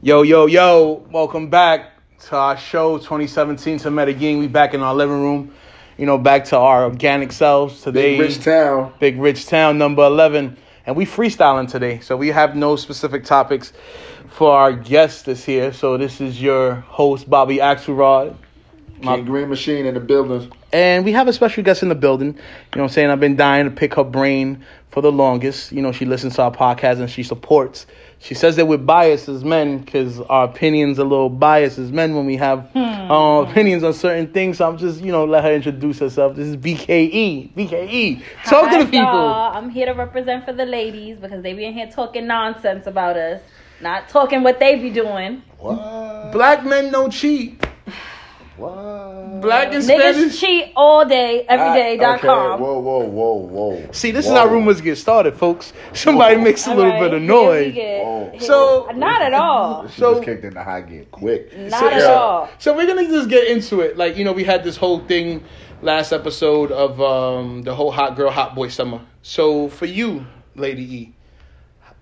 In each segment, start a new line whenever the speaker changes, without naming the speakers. Yo, yo, yo, welcome back to our show 2017 to Medellin. We back in our living room, you know, back to our organic selves today.
Big Rich Town.
Big Rich Town, number 11. And we freestyling today, so we have no specific topics for our guest this here. So this is your host, Bobby Axelrod.
My green machine in the building.
And we have a special guest in the building. You know what I'm saying? I've been dying to pick her brain for the longest. You know, she listens to our podcast and she supports. She says that we're biased as men because our opinions are a little biased as men when we have
Hmm.
uh, opinions on certain things. So I'm just, you know, let her introduce herself. This is E. BKE. BKE. Talk
Hi,
to the people.
y'all. I'm here to represent for the ladies because they be in here talking nonsense about us, not talking what they be doing.
What?
Black men don't cheat.
What?
Black and
Niggas
Spanish.
cheat all day, every day. dot com.
Whoa, whoa, whoa, whoa.
See, this
whoa.
is how rumors get started, folks. Somebody makes a
All
little
right,
bit of
here we
noise. Oh.
get-
Whoa.
here-
So-
not at all.
She
So-
just kicked in the high gear quick.
Not
So-
at
so-
all.
So we're gonna just get into it. Like you know, we had this whole thing last episode of um, the whole hot girl, hot boy summer. So for you, Lady E,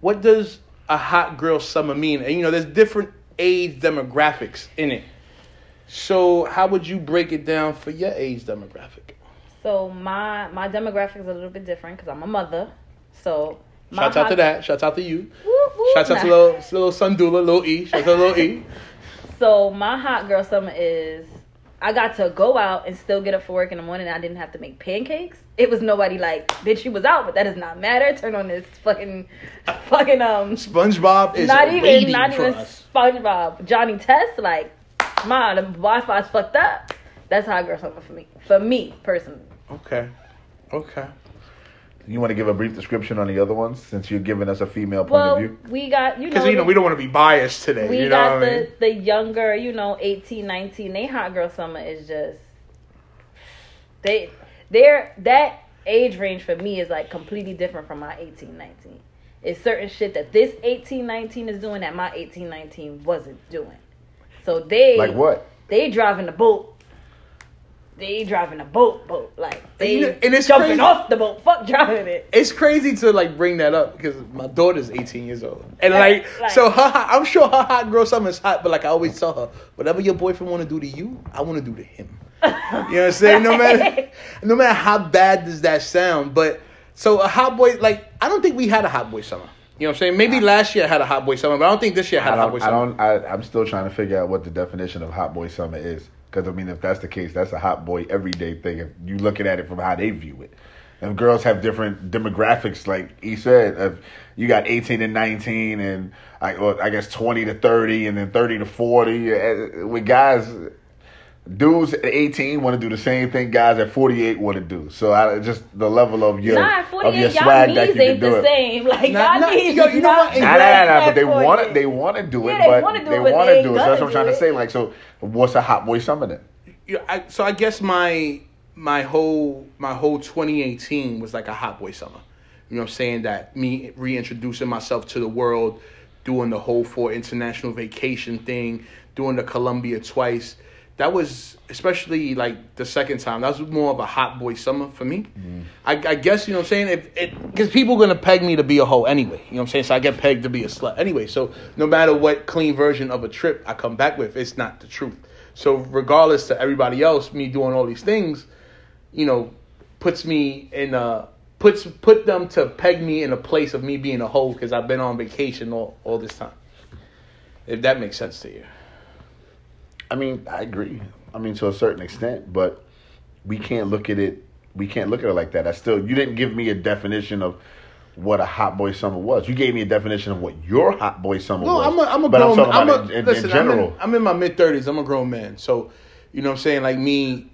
what does a hot girl summer mean? And you know, there's different age demographics in it. So how would you break it down for your age demographic?
So my my demographic is a little bit different because I'm a mother. So my
Shouts out to
hot-
that. Shouts out to you.
Whoop, whoop,
Shouts out to
nah.
little little Sundula, little E. Shouts out to little E.
So my hot girl summer is I got to go out and still get up for work in the morning. I didn't have to make pancakes. It was nobody like, bitch, you was out, but that does not matter. Turn on this fucking, fucking um,
SpongeBob is
not even,
waiting
not
for
even
us.
SpongeBob, Johnny Test. Like, ma, the Wi-Fi's fucked up. That's hot girl summer for me, for me personally.
Okay. Okay.
You want to give a brief description on the other ones since you're giving us a female point of
Well,
view?
we got you know
Because you know we don't want to be biased today.
we
you know
got
what I mean?
the the younger, you know, 18, 19, they hot girl summer is just they they're that age range for me is like completely different from my 18, 19. It's certain shit that this 18, 19 is doing that my 18, 19 wasn't doing. So they
Like what?
They driving the boat. They driving a boat, boat like
you
they
know- and it's
jumping
crazy.
off the boat. Fuck driving it.
It's crazy to like bring that up because my daughter's 18 years old, and like,
Like-
so her, hot- I'm sure her hot girl summer is hot, but like I always tell her, whatever your boyfriend want to do to you, I want to do to him. You know what I'm saying? No matter, no matter how bad does that sound, but so a hot boy, like I don't think we had a hot boy summer. You know what I'm saying? Maybe last year I had a hot boy summer, but I don't think this year I had
I
a hot boy
don't. I
summer.
don't I, I'm still trying to figure out what the definition of hot boy summer is. Because I mean, if that's the case, that's a hot boy everyday thing. If you looking at it from how they view it, and girls have different demographics, like he said. If you got 18 and 19, and I, or I guess 20 to 30, and then 30 to 40. uh, With guys, dudes at 18 want to do the same thing guys at 48 want to do. So I just the level of your
Nah,
of
48,
your
y'all
swag
knees
that you can
ain't
do
the
it.
same. Like,
Nah,
y'all
nah,
knees
yo,
is
you know
not
what? And
Nah, nah,
that
nah, but they
important.
want to. They want to do it,
Yeah, they
but
wanna do
they
it, but
want
they
to
ain't
do it. So
gonna
that's what I'm
do
trying to
it.
say. Like, so what's a hot boy summer then?
Yeah, I, so I guess my my whole my whole 2018 was like a hot boy summer. You know what I'm saying? That me reintroducing myself to the world, doing the whole four international vacation thing, doing the Columbia twice. That was especially like the second time. That was more of a hot boy summer for me. I, I guess you know what I'm saying. If it because people gonna peg me to be a hoe anyway. You know what I'm saying. So I get pegged to be a slut anyway. So no matter what clean version of a trip I come back with, it's not the truth. So regardless to everybody else, me doing all these things, you know, puts me in a puts put them to peg me in a place of me being a hoe because I've been on vacation all, all this time. If that makes sense to you.
I mean, I agree. I mean, to a certain extent, but we can't look at it. We can't look at it like that. I still, you didn't give me a definition of what a hot boy summer was. You gave me a definition of what your hot boy summer
No,
was.
I'm a, I'm a
but
grown.
I'm talking
I'm a,
about in, in- in
listen, I'm in-
general.
I'm in, my mid thirties. I'm a grown man, so you know what I'm saying. Like me,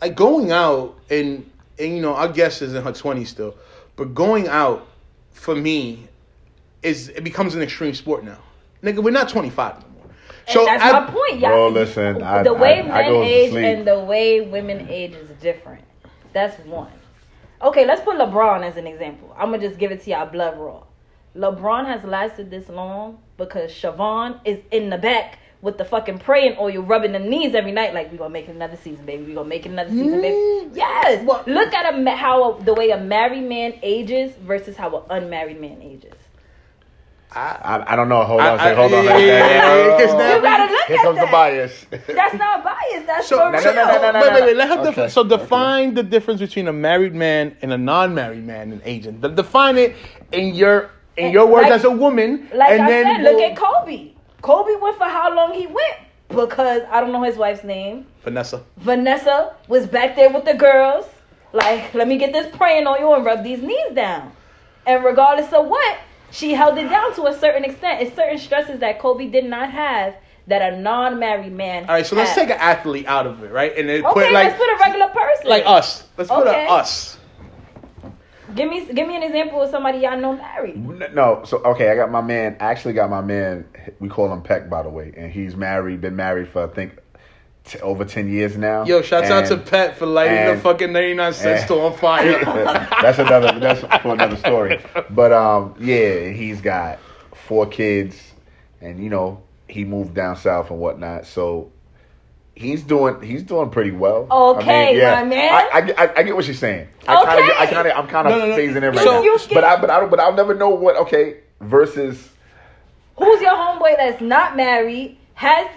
like going out and and you know our guest is in her twenties still, but going out for me is it becomes an extreme sport now. Nigga, we're not 25 no more.
So that's
I-
my point, y'all.
Bro, Oh, listen, I-
the
I-
way
I
men
goes to
age
sleep.
and the way women age is different. That's one. Okay, let's put LeBron as an example. I'm gonna just give it to y'all blood raw. LeBron has lasted this long because Siobhan is in the back with the fucking praying oil, rubbing the knees every night. Like we gonna make it another season, baby. We gonna make it another season, baby.
Mm-hmm.
Mm.
Yes.
Well-
Look at a, ma- how a, the way a married man ages versus how an unmarried man ages.
I,
I, I don't know. Hold on.
I-
say, hold
I-
on.
yeah,
Hey,
yeah,
hey,
yeah,
hey,
yeah, 'cause
hey,
now
hey,
we-
gotta look
Here
at
comes the
that.
bias.
That's not bias. That's
so,
for
no,
real.
no, no, no, no,
wait, wait, wait. Let her
Okay.
def- so define the difference between a married man and a non-married man and agent. De- define it in your in your words
Like-
as a woman,
Like
and
I
then
said, look
we'll-
at Kobe. Kobe went for how long he went because I don't know his wife's name.
Vanessa.
Vanessa was back there with the girls. Like, let me get this praying on you and rub these knees down. And regardless of what, she held it down to a certain extent. It's certain stresses that Kobe did not have that a non-married man.
All right, so let's
had.
take an athlete out of it, right? And then
Okay,
put like
let's put a regular person.
like us. Let's put
Okay.
a us.
Give me, give me an example of somebody y'all know married.
N- No, so okay, I got my man. I actually got my man. We call him Peck, by the way, and he's married. Been married for I think t- over ten years now.
Yo, shouts out to
And-
Pet for lighting the
and-
fucking 99 cents
and-
store on fire.
that's another. That's for another story. But um, yeah, he's got four kids, and you know he moved down south and whatnot. So he's doing he's doing pretty well.
Okay, my man.
I, I get- I, I get what you're saying. I kinda
Okay.
get- I kind of I'm kind of
No, no, no.
phasing it right
So-
now.
You
But
get-
I but I don't, but I'll never know what okay versus
Who's your homeboy that's not married? Has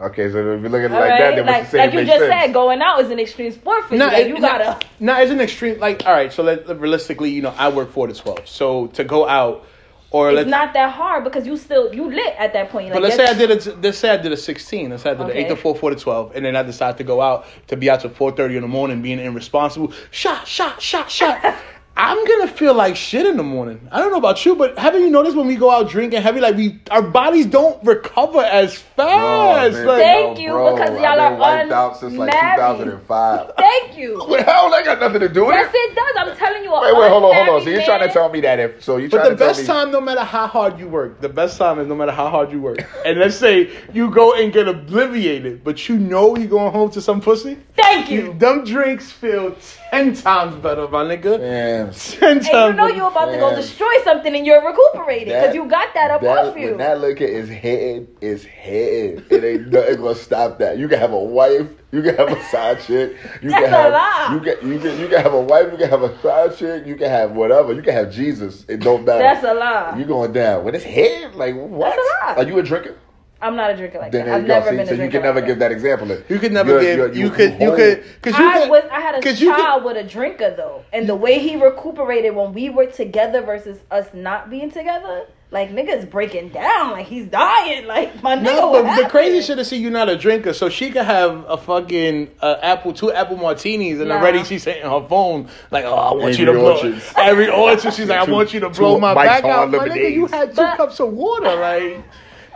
okay. So if you look at it
all
like
right,
that, then what you
like,
say
like you
makes
just
sense.
said, going out is an extreme sport for you. Like,
it-
you gotta.
No, it's an extreme. Like, all right, so let, realistically, you know, I work four to twelve. So to go out, or
It's
let's
not that hard because you still you lit at that point.
but let's
Like,
say
that's-
I did a let's say I did a sixteen. Let's say I did an
Okay.
eight to four, four to twelve, and then I decide to go out to be out till four thirty in the morning, being irresponsible. Shot, shot, shot, shot. I'm gonna feel like shit in the morning. I don't know about you, but haven't you noticed when we go out drinking heavy, like we our bodies don't recover as fast.
Oh, man.
like,
Thank you, because y'all
I've been
are
wiped out since like
unmarried.
2005.
Thank you.
Wait, how that got nothing to do with
Yes,
it?
it does. I'm telling you. a
Wait, wait, hold on, hold on.
unmarried
So you're trying to
man-
tell me that if so, you're trying
But the
to tell
best
me
time, no matter how hard you work, the best time is no matter how hard you work. And let's say you go and get obliviated, but you know you're going home to some pussy.
Thank
You,
you.
them drinks feel ten times better, my nigga.
Man,
Ten times.
And you know
better.
you're about to go
Man.
destroy something and you're recuperating
that-
because you got that up
that,
off you.
When that liquor is hitting, it's hitting. It ain't nothing gonna stop that. You can have a wife, you can have a side chick, you
That's
can
a
have
lie.
you can you can you can have a wife, you can have a side chick, you can have whatever, you can have Jesus. It don't matter.
That's a lie.
You going down when it's hitting? Like what?
That's a lie.
Are you a drinker?
I'm not a drinker like
Then
that.
there
I've
you
never
go.
been
See,
a
so
drinker.
you can never
like
give that example.
You could never
You're-
give.
you're-
you could. You
hold.
could. Because you
I
could.
was I had a
'cause you could-
child with a drinker though, and the way he recuperated when we were together versus us not being together, like niggas breaking down, like he's dying, like my nigga.
No,
what
but the crazy
happened?
shit is, see, you're not a drinker, so she could have a fucking uh, apple, two apple martinis, and
Nah.
already she's hitting her phone like, "Oh, I want you to
Every
blow
orchard.
every orchard." She's like, "I
Two-
want you to
two
blow my
Mike's
back out,
Hard
my nigga. You
Lemonades.
had two
But-
cups of water, like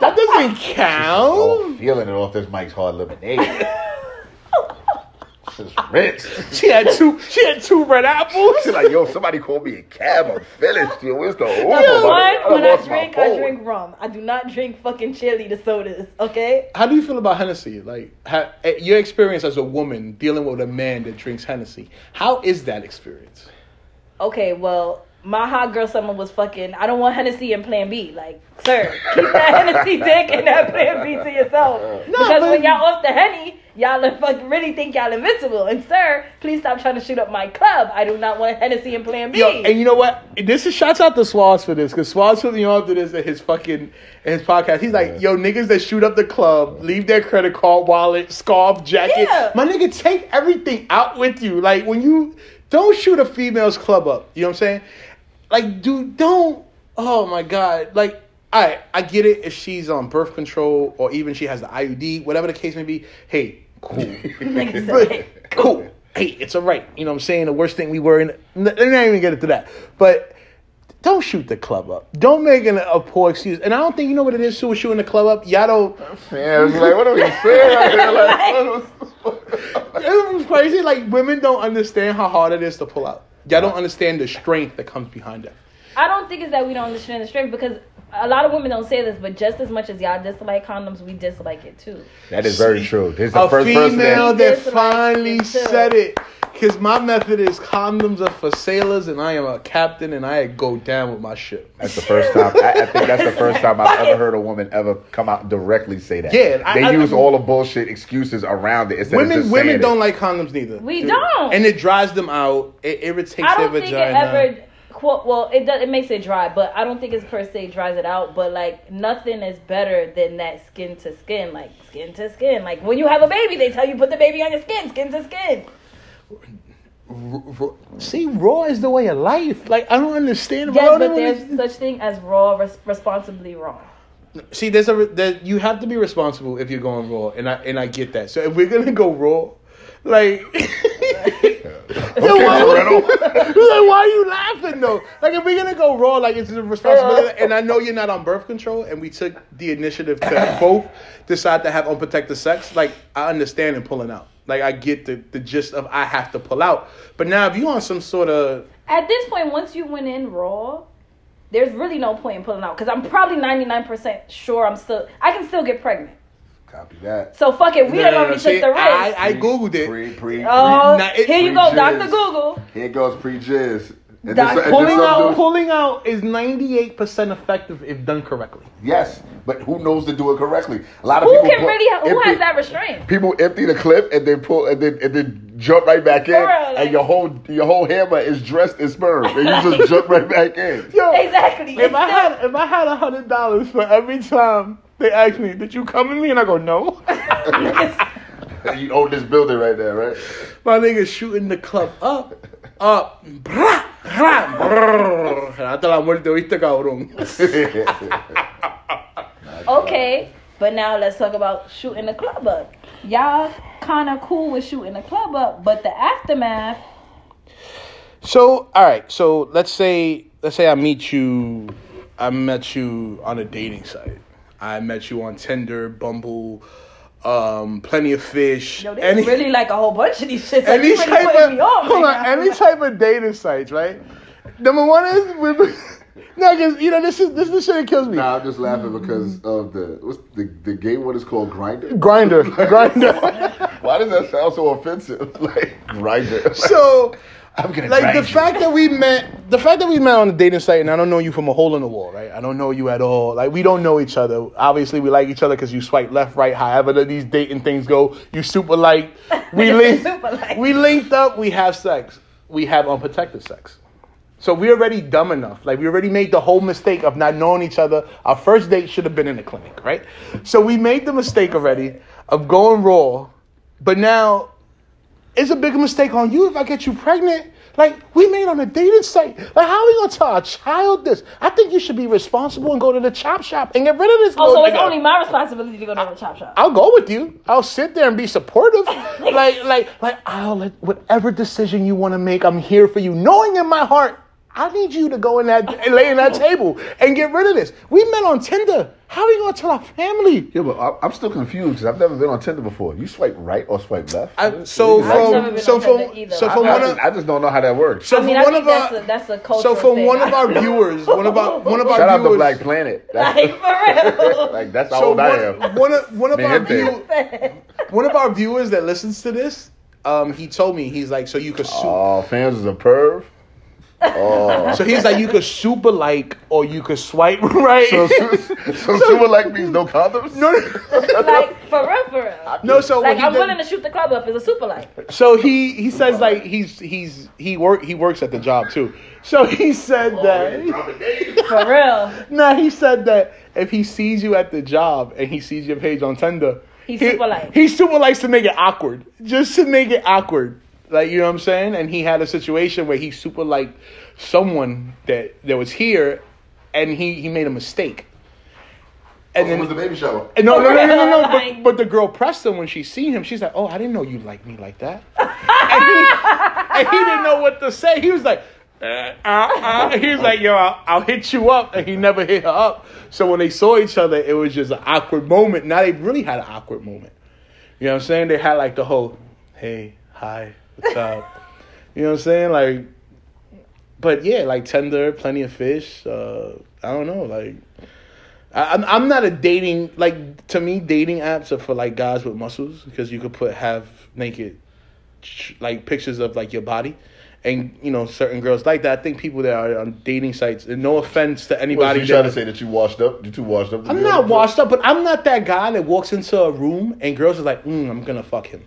that doesn't
Oh,
count."
feeling it off this Mike's hard lemonade. this is rich.
She had two. She had two red apples.
She's like, yo, somebody called me a cab. I'm finished. Yo, where's the Uber?
Yeah,
One, when I
lost my
drink, I
phone.
drink rum. I do not drink fucking cheerleader sodas. Okay.
How do you feel about Hennessy? Like ha- eh, your experience as a woman dealing with a man that drinks Hennessy. How is that experience?
Okay. Well, my hot girl summer was fucking. I don't want Hennessy in Plan B. Like, sir, keep that Hennessy dick and that Plan B to yourself. because
but-
when y'all off the henny, y'all are fucking really think y'all invincible. And sir, please stop trying to shoot up my club. I do not want Hennessy in Plan B.
Yo, and you know what? This is shouts out to Swaz for this because Swaz took me on to this in his fucking in his podcast. He's like, "Yo, niggas that shoot up the club, leave their credit card, wallet, scarf, jacket.
Yeah.
My nigga, take everything out with you. Like when you don't shoot a female's club up. You know what I'm saying? Like, dude, don't. Oh my god. Like, I I get it if she's on birth control or even she has the IUD, whatever the case may be. Hey, cool.
Nigga
But,
said,
cool. Hey, it's all right. You know what I'm saying? The worst thing we were in. n- Let me not even get into that. But don't shoot the club up. Don't make an, a poor excuse. And I don't think you know what it is too with shooting the club up. Y'all don't.
Yeah, it's like, what are we saying? out here? Like, what was-
It was crazy. Like women don't understand how hard it is to pull out. Y'all don't understand the strength that comes behind that.
I don't think it's that we don't understand the strength because a lot of women don't say this, but just as much as y'all dislike condoms, we dislike it too.
that is very true. This is the
a
first person
female
that,
that
Dislike
finally
it too.
said it. Cause my method is condoms are for sailors, and I am a captain, and I go down with my ship.
That's the first time. I, I think that's the first time I've ever heard a woman ever come out and directly say that.
Yeah, I-
they
I-
use all the bullshit excuses around it. Instead of
Women,
just
women
saying
don't
it.
like condoms neither.
We don't.
and it dries them out. It irritates
I
their
don't think
vagina.
it ever quote well it does it makes it dry but i don't think it's per se dries it out but like nothing is better than that skin to skin like skin to skin like when you have a baby they tell you put the baby on your skin skin to skin
R- r- see, raw is the way of life. Like I don't understand.
yes
raw
but
don't
there's
understand-
such thing as raw res- responsibly raw
See, there's a that you have to be responsible if you're going raw, and I and I get that. So if we're gonna go raw, like, then why,
Riddle.
like, why are you laughing though? Like if we're gonna go raw, like it's a responsibility. And I know you're not on birth control, and we took the initiative to both decide to have unprotected sex. Like I understand and pulling out. Like I get the the gist of I have to pull out. But now if you on some sort of
at this point, once you went in raw, there's really no point in pulling out because I'm probably 99% sure I'm still, I can still get pregnant.
Copy that.
So fuck it, we
No,
have
no, no,
already
see,
took the risk.
I- I googled it.
Pre, pre,
oh,
Nah, it-
here you go,
Preaches.
Doctor Google.
pre- Here goes pre jizz.
Doc-
pulling out, pulling out is ninety eight percent effective if done correctly.
Yes, but who knows to do it correctly? A lot of
Who
people
can
pull-
really? Who
empty-
has that restraint?
People empty the clip and then pull and then and then jump right back in,
For real, like-
and your whole your whole hammer is dressed in sperm, and you just jump right back in.
Yo,
Exactly.
If
It's
I
still-
had if I had hundred dollars for every time they ask me, did you come with me? And I go, no.
you own this building right there, right?
My nigga shooting the club up, up, brah, brah, brrr. Hasta la muerte, oíste, cabrón.
okay, but now let's talk about shooting the club up. Y'all kind of cool with shooting the club up, but the aftermath.
So, all right. So let's say let's say I meet you. I met you on a dating site. I met you on Tinder, Bumble, um, Plenty of Fish.
Yo, this
any-
is really like a whole bunch of these shits. Like,
any
you really
type
putting
of
me off
hold
right
on,
now.
any type of dating sites, right? Number one is we- no, because you know this is this is the shit that kills me.
Nah, I'm just laughing because of the what's the the game one is called Grinder.
Grinder, grinder.
Why does that sound so offensive? Like Grinder.
so,
I'm gonna
like the
grind you.
fact that we met, the fact that we met on a dating site, and I don't know you from a hole in the wall, right? I don't know you at all. Like we don't know each other. Obviously, we like each other because you swipe left, right. However, that these dating things go, you super like. We linked.
Super like.
We linked up. We have sex. We have unprotected sex. So we already dumb enough. Like we already made the whole mistake of not knowing each other. Our first date should have been in the clinic, right? So we made the mistake already of going raw, but now it's a bigger mistake on you if I get you pregnant. Like we made on a dating site. Like how are we gonna tell our child this? I think you should be responsible and go to the chop shop and get rid of this.
Oh, so
little
it's
nigga.
only my responsibility to go to the chop shop.
I'll go with you. I'll sit there and be supportive. like, like, like, I'll let whatever decision you want to make, I'm here for you. Knowing in my heart, I need you to go in that and lay in that table and get rid of this. We met on Tinder. How are we gonna tell our family?
Yeah, but I- I'm still confused because I've never been on Tinder before. You swipe right or swipe left?
I, so
I've never
from
been
so
on
from
Tinder either.
so
I-
from
I,
one
just,
of
I just don't know how that works.
so
I mean,
from
I
one
think
of our
that's a, that's a cultural
so from
thing.
one of our viewers, one of our one of our
Shout out to
viewers,
Black Planet. That's,
like for real.
like that's how
so
old
one,
I am.
one of one of
Me
our
and Dave.
view, one of our viewers that listens to this, um, he told me he's like, so you could sue.
Oh, fans is a perv. Oh,
So he's like, you could super like or you could swipe right.
so, so, so super like means no condoms.
no, no,
like for real, for real.
no. So
Like
what he
I'm
did-
willing to shoot the club up as a super light.
so he he says like he's he's he work he works at the job too. So he said that
For real.
nah, he said that if he sees you at the job and he sees your page on Tinder,
He's
he-
super like.
He super likes to make it awkward, just to make it awkward. Like you know what I'm saying? And he had a situation where he super liked someone that that was here, and he he made a mistake. And
It was the baby shower.
And no, no, no, no, no, no.
Like-
But, but the girl pressed him when she seen him. She's like, "Oh, I didn't know you liked me like that." and, he, and he didn't know what to say. He was like, uh, uh, uh. "He was like, yo, I'll, I'll hit you up," and he never hit her up. So when they saw each other, it was just an awkward moment. Now they really had an awkward moment. You know what I'm saying? They had like the whole, "Hey, hi, what's up?" you know what I'm saying? Like, but yeah, like Tinder, plenty of fish. Uh, I don't know, like. I- I'm I'm not a dating like to me dating apps are for like guys with muscles because you could put have naked sh- like pictures of like your body and you know certain girls like that. I think people that are on dating sites and no offense to
What, so
anybody.
you trying
that-
to say that you washed up? You too washed up? to
I'm
be on
not
the
washed up, but I'm not that guy that walks into a room and girls are like, mm, I'm gonna fuck him.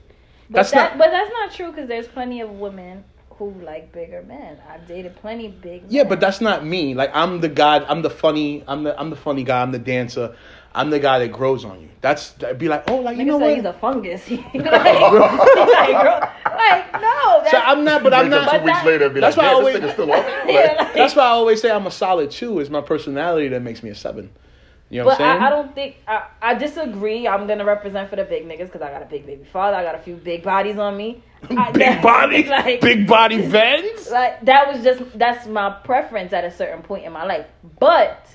But
That's
that,
not
but that's not true because there's plenty of women who like bigger men. I've dated plenty big.
Yeah,
men.
but that's not me. Like I'm the guy. I'm the funny. I'm the I'm the funny guy. I'm the dancer. I'm the guy that grows on you. That's that'd be like, oh, like you
Nigga
know
said
what?
he's a fungus. like, like, girl, like, no. That's,
so I'm not, but I'm
Wake up
not.
Two weeks
that-
later, and be
that's
like,
why I
"Damn, this
always-
nigga's still on."
yeah,
Like,
like-
That's why I always say I'm a solid two. It's my personality that makes me a seven. You know what
But
I'm saying?
I, I don't think I, I disagree. I'm gonna represent for the big niggas because I got a big baby father. I got a few big bodies on me. I-
big body,
like,
big body vans.
Like that was just that's my preference at a certain point in my life. But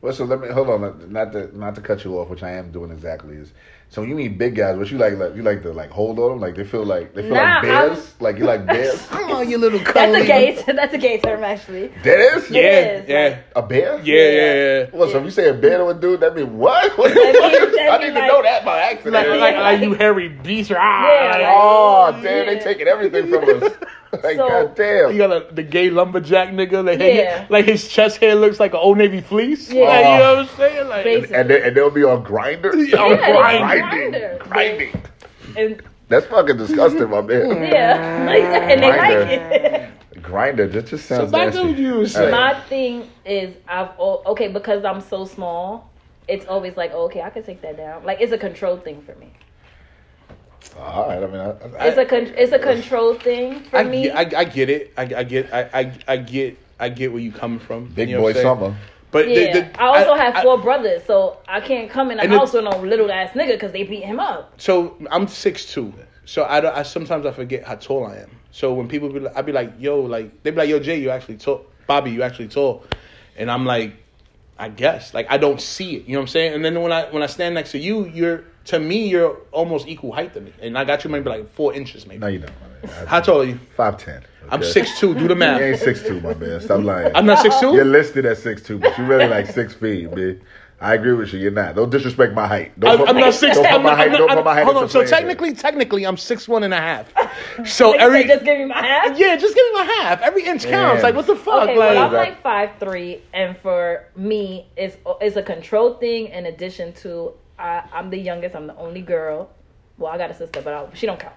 Well, so let me hold on. let- Not to not to cut you off, which I am doing exactly is. So when you mean big guys, what you like? like you like to like hold on them, like they feel like they feel
Nah,
like bears. Like you like bears.
Come on, you little
that's
cuddly.
a gay that's a gay term actually.
Bears?
Yeah,
Yes,
yeah,
like-
A bear?
yeah, yeah, yeah.
Well, so if you say a bear to a dude, that mean what? What the
That
fuck
mean-
is-
that
I
mean
need to
like-
know that by accident.
Like,
Yeah,
like,
like-
are you hairy beast? Ah,
Yeah,
Yeah,
like-
oh damn,
Yeah.
they taking everything from us. Like
So-
god damn.
You got a, the gay lumberjack nigga. Like,
Yeah.
like his chest hair looks like an old navy fleece.
Yeah.
Like, you know what I'm saying? Like,
Basically.
and they and they'll be on grinder.
Yeah, on
grinding,
Grindr.
grinding.
And
That's fucking disgusting, my man.
yeah, like, and they like it.
Grinder, that just
so
sounds
back to what
nasty.
you were saying.
My thing is I've al- okay because I'm so small. It's always like oh, okay, I can take that down. Like it's a control thing for me.
All right, I mean, I, I,
It's a con- it's a control thing for
I,
me.
get- I, I get it. I, I get. I, I, I get. I get where you coming from.
big
You know
boy
what I'm saying?
summer.
But the-
yeah,
the-
I also
I-
have
I-
four brothers, so I can't come in the
And the-
house with no little ass nigga because they beat him up.
So I'm six two. So I, don't- I sometimes I forget how tall I am. So when people be like, I'd be like, yo, like they be like, yo, Jay, you actually tall. Bobby, you actually tall. And I'm like, I guess. Like I don't see it. You know what I'm saying? And then when I when I stand next to you, you're to me you're almost equal height to me. And I got you maybe like four inches maybe.
No, you don't. My man.
How tall are you?
Five ten.
I'm six two. Do the
You
math.
ain't six two, my man. Stop lying.
I'm not six two.
You're listed at six two, but you're really like six feet, man. I agree with you. You're not. Don't disrespect my height. Don't
I'm
put-
I'm not six.
Don't put
I'm
my
not,
height.
I'm
Don't
not,
put my height.
hold
as a
on. So
playing field.
technically, technically, I'm six one and a half. So
Like,
every
they just give me my ass.
yeah, just give me my half. Every inch counts.
Yeah.
Like what the fuck?
Okay,
like
well, I'm
Exactly.
like five three, and for me, it's it's a control thing. In addition to, I, I'm the youngest. I'm the only girl. Well, I got a sister, but I, she don't count.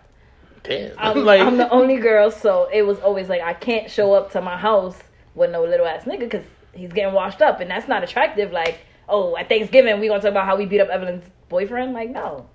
damn.
I'm,
like
I'm the only girl, so it was always like I can't show up to my house with no little ass nigga because he's getting washed up, and that's not attractive. Like, oh, at Thanksgiving we gonna talk about how we beat up Evelyn's boyfriend? Like, no.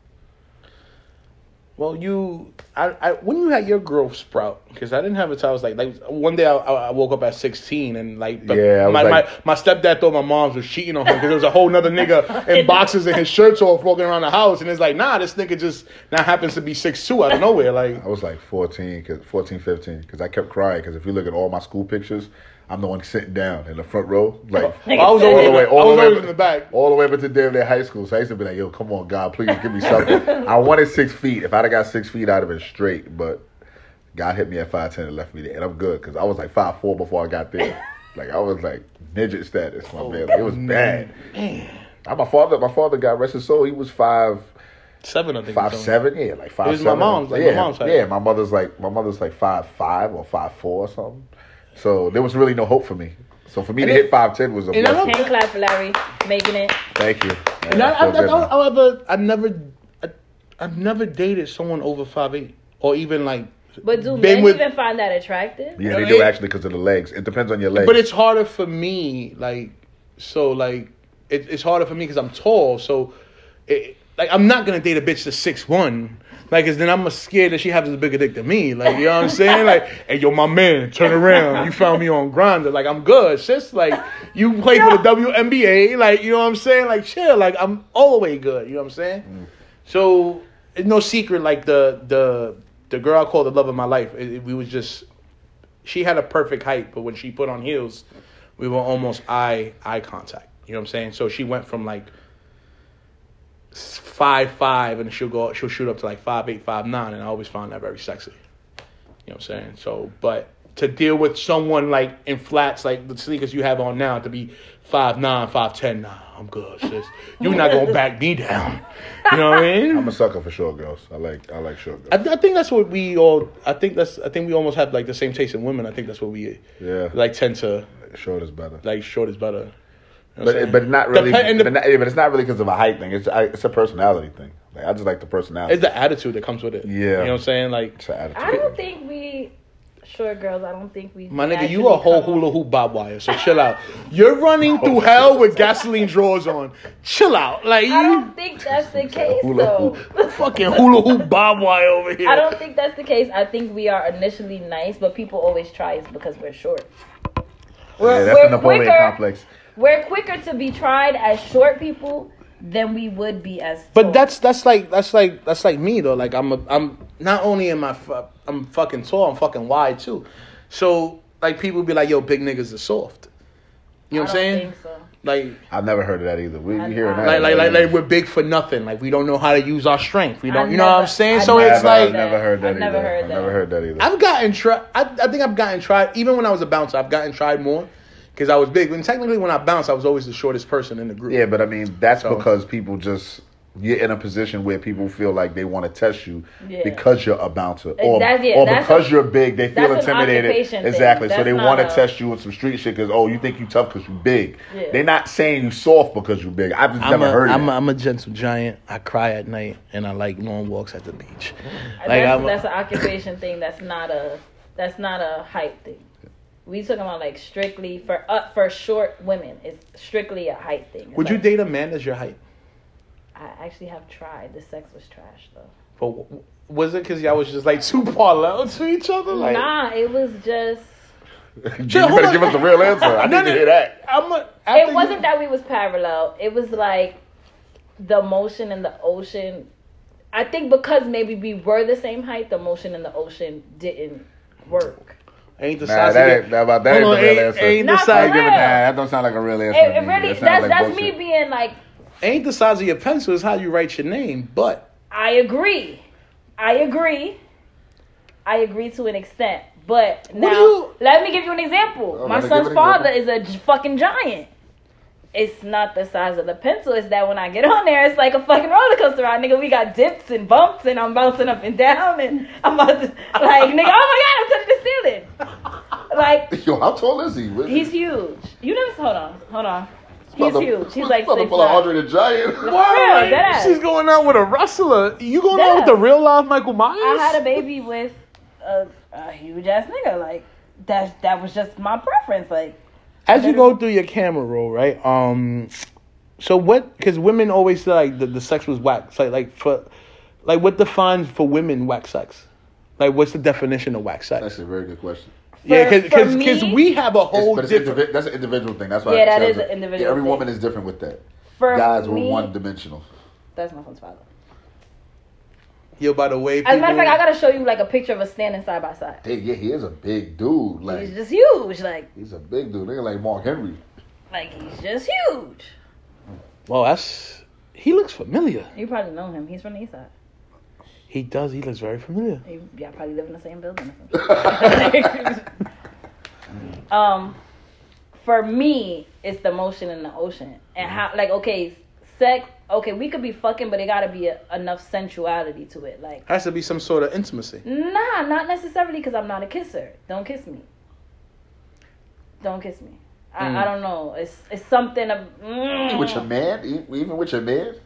Well, you, I, I, when you had your growth sprout, because I didn't have it till I was like, like one day I, I I woke up at sixteen and like, the-
Yeah, I was
my,
like-
my my stepdad thought my mom's was cheating on him because there was a whole nother nigga in boxes and his shirts off walking around the house, and it's like, nah, this nigga just now happens to be six two out of nowhere, like.
I was like 14, cause, 14 15, because I kept crying. Because if you look at all my school pictures, I'm the one sitting down in the front row. Like,
I was always, in the- I was always in the back.
All the way up to damn near high school. So I used to be like, yo, come on, God, please give me something. I wanted six feet. If I'd have got six feet, I'd have been straight. But God hit me at 5'10 and left me there. And I'm good because I was like 5'4 before I got there. like, I was like midget status, my
Oh,
man. Like, it was bad. I, my father, my father, God rest his soul, he was five
Seven, I think.
five
it's on.
seven, yeah, like five.
was my
seven.
mom's, like, my
yeah,
mom's height.
yeah. My mother's like my mother's like five five or five four or something. So there was really no hope for me. So for me
And
to
it-
hit five ten was a
and I
blessing.
Hand clap for Larry making it.
Thank you.
And I, I,
I feel
I,
good now.
don't- however, I've never, I, I've never dated someone over five eight or even like.
But do
been
men
with-
even find that attractive?
yeah, they do
it-
actually because of the legs. It depends on your legs.
But it's harder for me, like, so, like, it, it's harder for me because I'm tall. So, it, like, I'm not gonna date a bitch that's six one. Like, cause then I'm scared that she has a bigger dick than me. Like, you know what I'm saying? Like, hey, yo, my man, turn around. You found me on Grinder. Like, I'm good. Sis, like, you play for the WNBA. Like, you know what I'm saying? Like, chill. Like, I'm all the way good. You know what I'm saying? So it's no secret. Like the the the girl I called the love of my life. It, it- we was just she had a perfect height, but when she put on heels, we were almost eye eye contact. You know what I'm saying? So she went from like s- five five, and she'll go she'll shoot up to like five eight five nine, and I always found that very sexy. You know what I'm saying? So, but to deal with someone like in flats, like the sneakers you have on now, to be five nine, five ten, nah, I'm good, sis. You're not gonna back me down. You know what I mean?
I'm a sucker for short girls. I like I like short
I,
girls.
th- I think that's what we all. I think that's. I think we almost have like the same taste in women. I think that's what we
Yeah.
like tend to
short is better.
like. Short is better. You know what I'm
But
saying?
but not really.
Depen- and the-
but, not, yeah, but it's not really because of a height thing. It's I, it's a personality thing. Like I just like the personality.
it's the attitude that comes with it.
Yeah.
you know what I'm saying. Like
It's an attitude.
I don't think we Short girls, I don't think we.
My nigga, you
naturally
a whole
come-
hula hoop bob wire, so chill out. You're running through hell with gasoline drawers on. Chill out. Like
I
you
don't think that's the case
Hula
though.
fucking hula hoop bob wire over here.
I don't think that's the case. I think we are initially nice, but people always try is because we're short. We're,
yeah, that's the
we're
Napoleon
quicker.
complex.
We're quicker to be tried as short people than we would be as.
But
tall.
that's that's like that's like that's like me though. Like I'm a, I'm not only am I fu- I'm fucking tall, I'm fucking wide too. So like people be like, yo, big niggas are soft. You know what I'm
I don't
saying?
think so.
Like
I've never heard of that either. We,
I-
we hearing
I-
that?
like like like like we're big for nothing. Like we don't know how to use our strength. We
I
don't. you know what
never-
I'm saying?
I
so
Never,
it's like
I've never heard that
I've
either.
never heard
I've
that.
never heard that either.
I've gotten tried. I, I think I've gotten tried. Even when I was a bouncer, I've gotten tried more because I was big. And technically, when I bounced, I was always the shortest person in the group.
Yeah, but I mean that's
So-
because people just you're in a position where people feel like they want to test you
Yeah.
because you're a bouncer or,
That's- yeah,
or
that's
because
a-
you're big. They feel
that's an
intimidated.
occupation thing.
Exactly, so
That's
they
not
want
a-
to test you on some street shit because oh, you think you tough because you big.
Yeah.
They're not saying you soft because you big. I've just
I'm
never
a,
heard
I'm,
it.
a, I'm a gentle giant. I cry at night, and I like long walks at the beach. Like
Mm. that's,
I'm,
that's an occupation thing. That's not a that's not a hype thing. We talking about like strictly for uh, for short women. It's strictly a height thing. It's
would you
like-
date a man that's your height?
I actually have tried. The sex was trash though.
But w- was it because y'all was just like too parallel to each other? Like,
nah, it was just.
you
hold
better
on.
give us the real answer. I
No,
need to
no.
hear that.
I'm a,
It wasn't that we was parallel. It was like the motion in the ocean. I think because maybe we were the same height, the motion in the ocean didn't work.
Ain't the
Nah,
size
that
of
ain't, that, about- that ain't
Hold
the
on,
real
ain't-
answer.
ain't
the Not for
I ain't
size-
giving-
real.
nah, that don't sound like a real
It,
answer. to
it
me.
really
That sounds
that's
like
that's
bullshit.
me being like
ain't the size of your pencil is how you write your name. But
I agree. I agree. I agree to an extent. But now,
you-
let me give you an example.
Oh,
My
let me
son's
give an example.
father is a j- fucking giant. It's not the size of the pencil. It's that when I get on there, it's like a fucking roller coaster ride, nigga. We got dips and bumps, and I'm bouncing up and down, and I'm about to, like, nigga, oh my god, I'm touching the ceiling. Like,
Yo, how tall is he? What-
he's huge. You never hold on, hold on. He's
about to-
huge. He's like
about to
six.
pull a
five.
Andre the Giant.
real, dead ass.
she's going out with a wrestler. You going out
Dead
with the
ass.
real life Michael Myers?
I had a baby with a, a huge ass nigga. Like that that was just my preference. Like
As you go through your camera roll, right? Um, so what? Because women always say like the, the sex was whack. So, like like for, like what defines for women whack sex? Like what's the definition of whack sex?
That's a very good question. Oh,
yeah,
For- for
because
me-
because we have a
It's-
whole
but it's
different.
indivi- that's an individual thing. That's why
Yeah,
I
that
said
is
that-
an individual
every
thing.
woman is different with that.
for
Guys were
me,
one dimensional.
That's my son's father.
Yo, by the way,
As a matter of
people-
fact, I gotta show you like a picture of us standing side by side.
Hey, yeah, he is a big dude. Like
He's just huge. Like
he's a big dude. Nigga like Mark Henry.
like he's just huge.
well, that's he looks familiar.
You probably know him. He's from the east side.
He does. He looks very familiar.
You- Y'all probably live in the same building. or something. um, for me, it's the motion in the ocean and how, like, okay, sex. Okay, we could be fucking, but it gotta be a, enough sensuality to it. Like,
Has to be some sort of intimacy.
Nah, not necessarily because I'm not a kisser. Don't kiss me. Don't kiss me. I, I don't know. It's it's something of. Mm.
With your man, E- even with your man.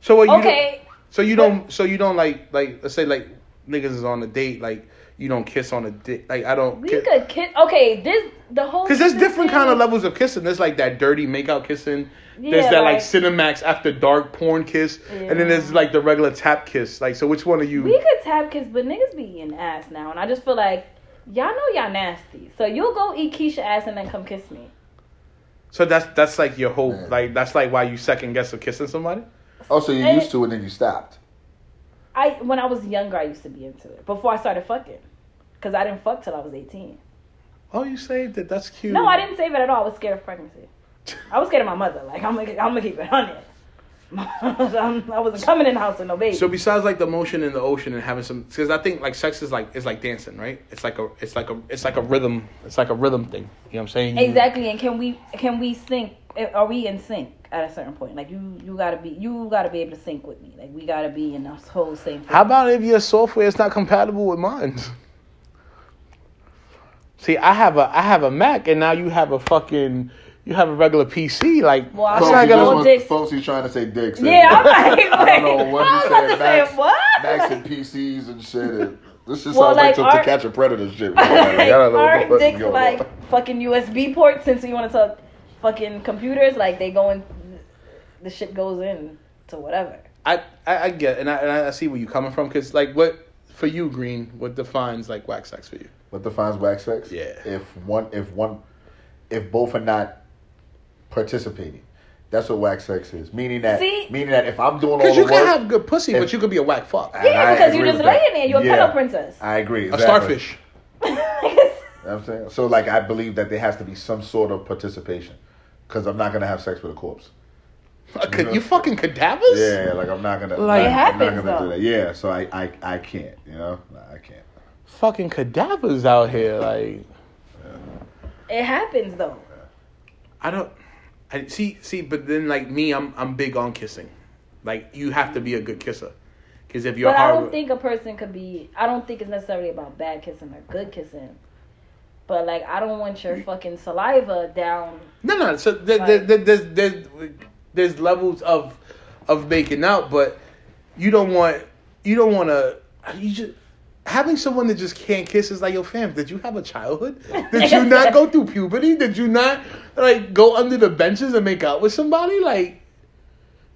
So what you
okay.
So you don't. So you don't like like let's say like niggas is on a date. Like you don't kiss on a dick. Like I don't.
We
ki-
could kiss. Okay, this the whole.
Because there's
kissing
different
thing-
kind of levels of kissing. There's like that dirty makeout kissing. there's
Yeah,
that like,
like-
Cinemax after dark porn kiss, and then there's
Yeah.
like the regular tap kiss. Like, so which one are you?
We could tap kiss, but niggas be eating ass now, and I just feel like y'all know y'all nasty. So you'll go eat Keisha ass and then come kiss me.
so that's that's like your whole
Yeah.
like that's like why you second guess of kissing somebody.
Oh, so you
Eh.
used to and then you stopped.
I when I was younger, I used to be into it before I started fucking, cause I didn't fuck till I was 18.
Oh, you say that that's cute.
No, I didn't save it at all. I was scared of pregnancy. I was scared of my mother. Like I'm, gonna, I'm gonna keep it on it. I wasn't coming in the house with no baby.
So besides like the motion in the ocean and having some, because I think like sex is like it's like dancing, right? It's like a it's like a it's like a rhythm. It's like a rhythm thing. You know what I'm saying? You-
exactly. And can we can we sync? Are we in sync at a certain point? Like you you gotta be you gotta be able to sync with me. Like we gotta be in this whole same.
How about if your software is not compatible with mine? See, I have a I have a Mac, and now you have a fucking you have a regular PC. Like,
Well, I
it's
was
not
Folks, you
like,
gonna
just
well,
work.
want-
dicks.
folks, you trying to say dicks.
Yeah, I'm like,
I don't know
wait,
what
I
you
was
said.
about to say,
Macs,
what?
Macs and PCs and shit. And This just
Well,
sounds like,
like,
some
our-
to catch a predator shit.
Like,
I don't know what the
our
fuck
dicks
going
like
on.
fucking USB ports. Since we want to talk fucking computers, like they going, the shit goes in to whatever.
I, I, I get, and I, and I see where you're coming from, because like, what for you, Green? What defines like wax sex for you?
What defines wax sex?
Yeah.
If one, if one, if both are not participating, that's what wax sex is. Meaning that,
See?
meaning that if I'm doing all
Because
the
you
work,
can have good pussy, but
If-
you could be a whack fuck,
and
a
Yeah,
I
because you
agree
just
with that.
laying there. You're a
Yeah.
pillow princess.
I agree. Exactly.
starfish.
You know what I'm saying so. Like I believe that there has to be some sort of participation, because I'm not gonna have sex with a corpse.
You fucking cadavers.
Yeah, like I'm not gonna.
Like-
Like
It
I'm
happens,
not gonna do
though.
that. Yeah, so I, I, I can't. You know, Nah, I can't.
Fucking cadavers out here, like.
It happens though.
I don't. I see. See, but then like me, I'm I'm big on kissing. Like you have to be a good kisser, because if you're
But I
hard,
don't think a person could be. I don't think it's necessarily about bad kissing or good kissing. But like, I don't want your fucking saliva down.
no, no. So there, there,
Right.
there, there's there's there's levels of of making out, but you don't want you don't want to you just. Having someone that just can't kiss is like, yo, fam, did you have a childhood? Did you not go through puberty? Did you not like go under the benches and make out with somebody? Like,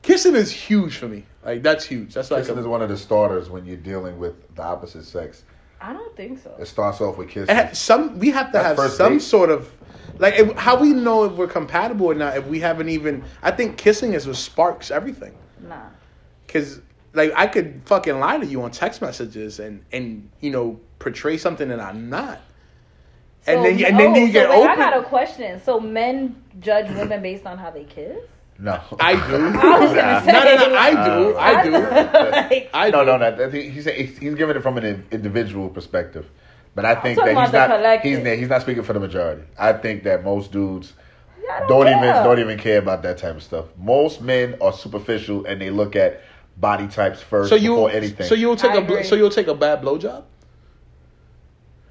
kissing is huge for me. Like, that's huge. That's like
Kissing
a-
is one of the starters when you're dealing with the opposite sex.
I don't think so.
It starts off with
It ha-
kissing.
some we have to
That's
have
first
some
date.
sort of like if, how we know if we're compatible or not if we haven't even i think kissing is what sparks everything
Nah.
because like i could fucking lie to you on text messages and and you know portray something that i'm not and then you- and then you get
oh, so wait, I
open.
got a question. So men judge women based on how they kiss?
No,
i do no
I was gonna say.
no no i do
Uh,
i do
like,
i
no,
do
no, no. I think He's he's he's giving it from an in- individual perspective, but I think
talking
that he's
about the
not he's,
collective.
he's not speaking for the majority. I think that most dudes
Yeah, I
don't,
don't
even
care.
don't even care about that type of stuff. Most men are superficial and they look at body types first
so you
before anything.
so you'll take
I
a bl-
agree.
so you'll take a bad blowjob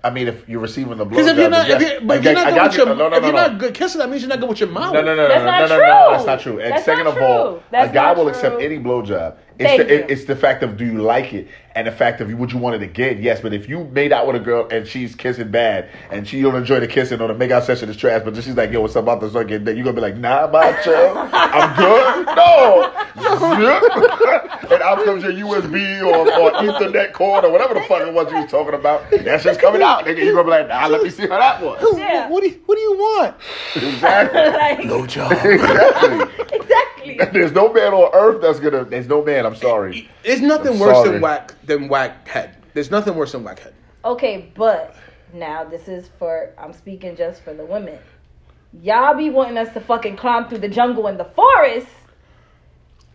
I mean, if you're receiving the blow,
because if you're not if you're, but if you're not good with your
no, no, no,
if you're
no.
not good kissing that means you're not good with your mouth
No, no, no, no,
That's
no, no,
not
no, no,
true.
that's not true. And
That's
second
not
of all,
true. That's
a guy
not
will
true.
accept any blowjob. It's
Thank
the it,
you.
it's the fact of do you like it and the fact of you would you want it again? Yes, but if you made out with a girl and she's kissing bad and she don't enjoy the kissing or the make out session is trash, but then she's like, yo, what's up about this again? Then you gonna be like, nah, macho, I'm good. No, Zip. and out comes your USB or, or Ethernet cord or whatever the fuck it was you was talking about. That's just coming out, nigga. You gonna be like, nah, let me see how that was.
Yeah.
what do you what do you want
Exactly.
like
blowjob
Exactly.
exactly.
There's no man on earth that's gonna. There's no man. I'm sorry.
There's nothing
I'm
worse
sorry.
than whack than whack head. There's nothing worse than whack head.
Okay, but now this is for I'm speaking just for the women. Y'all be wanting us to fucking climb through the jungle and the forest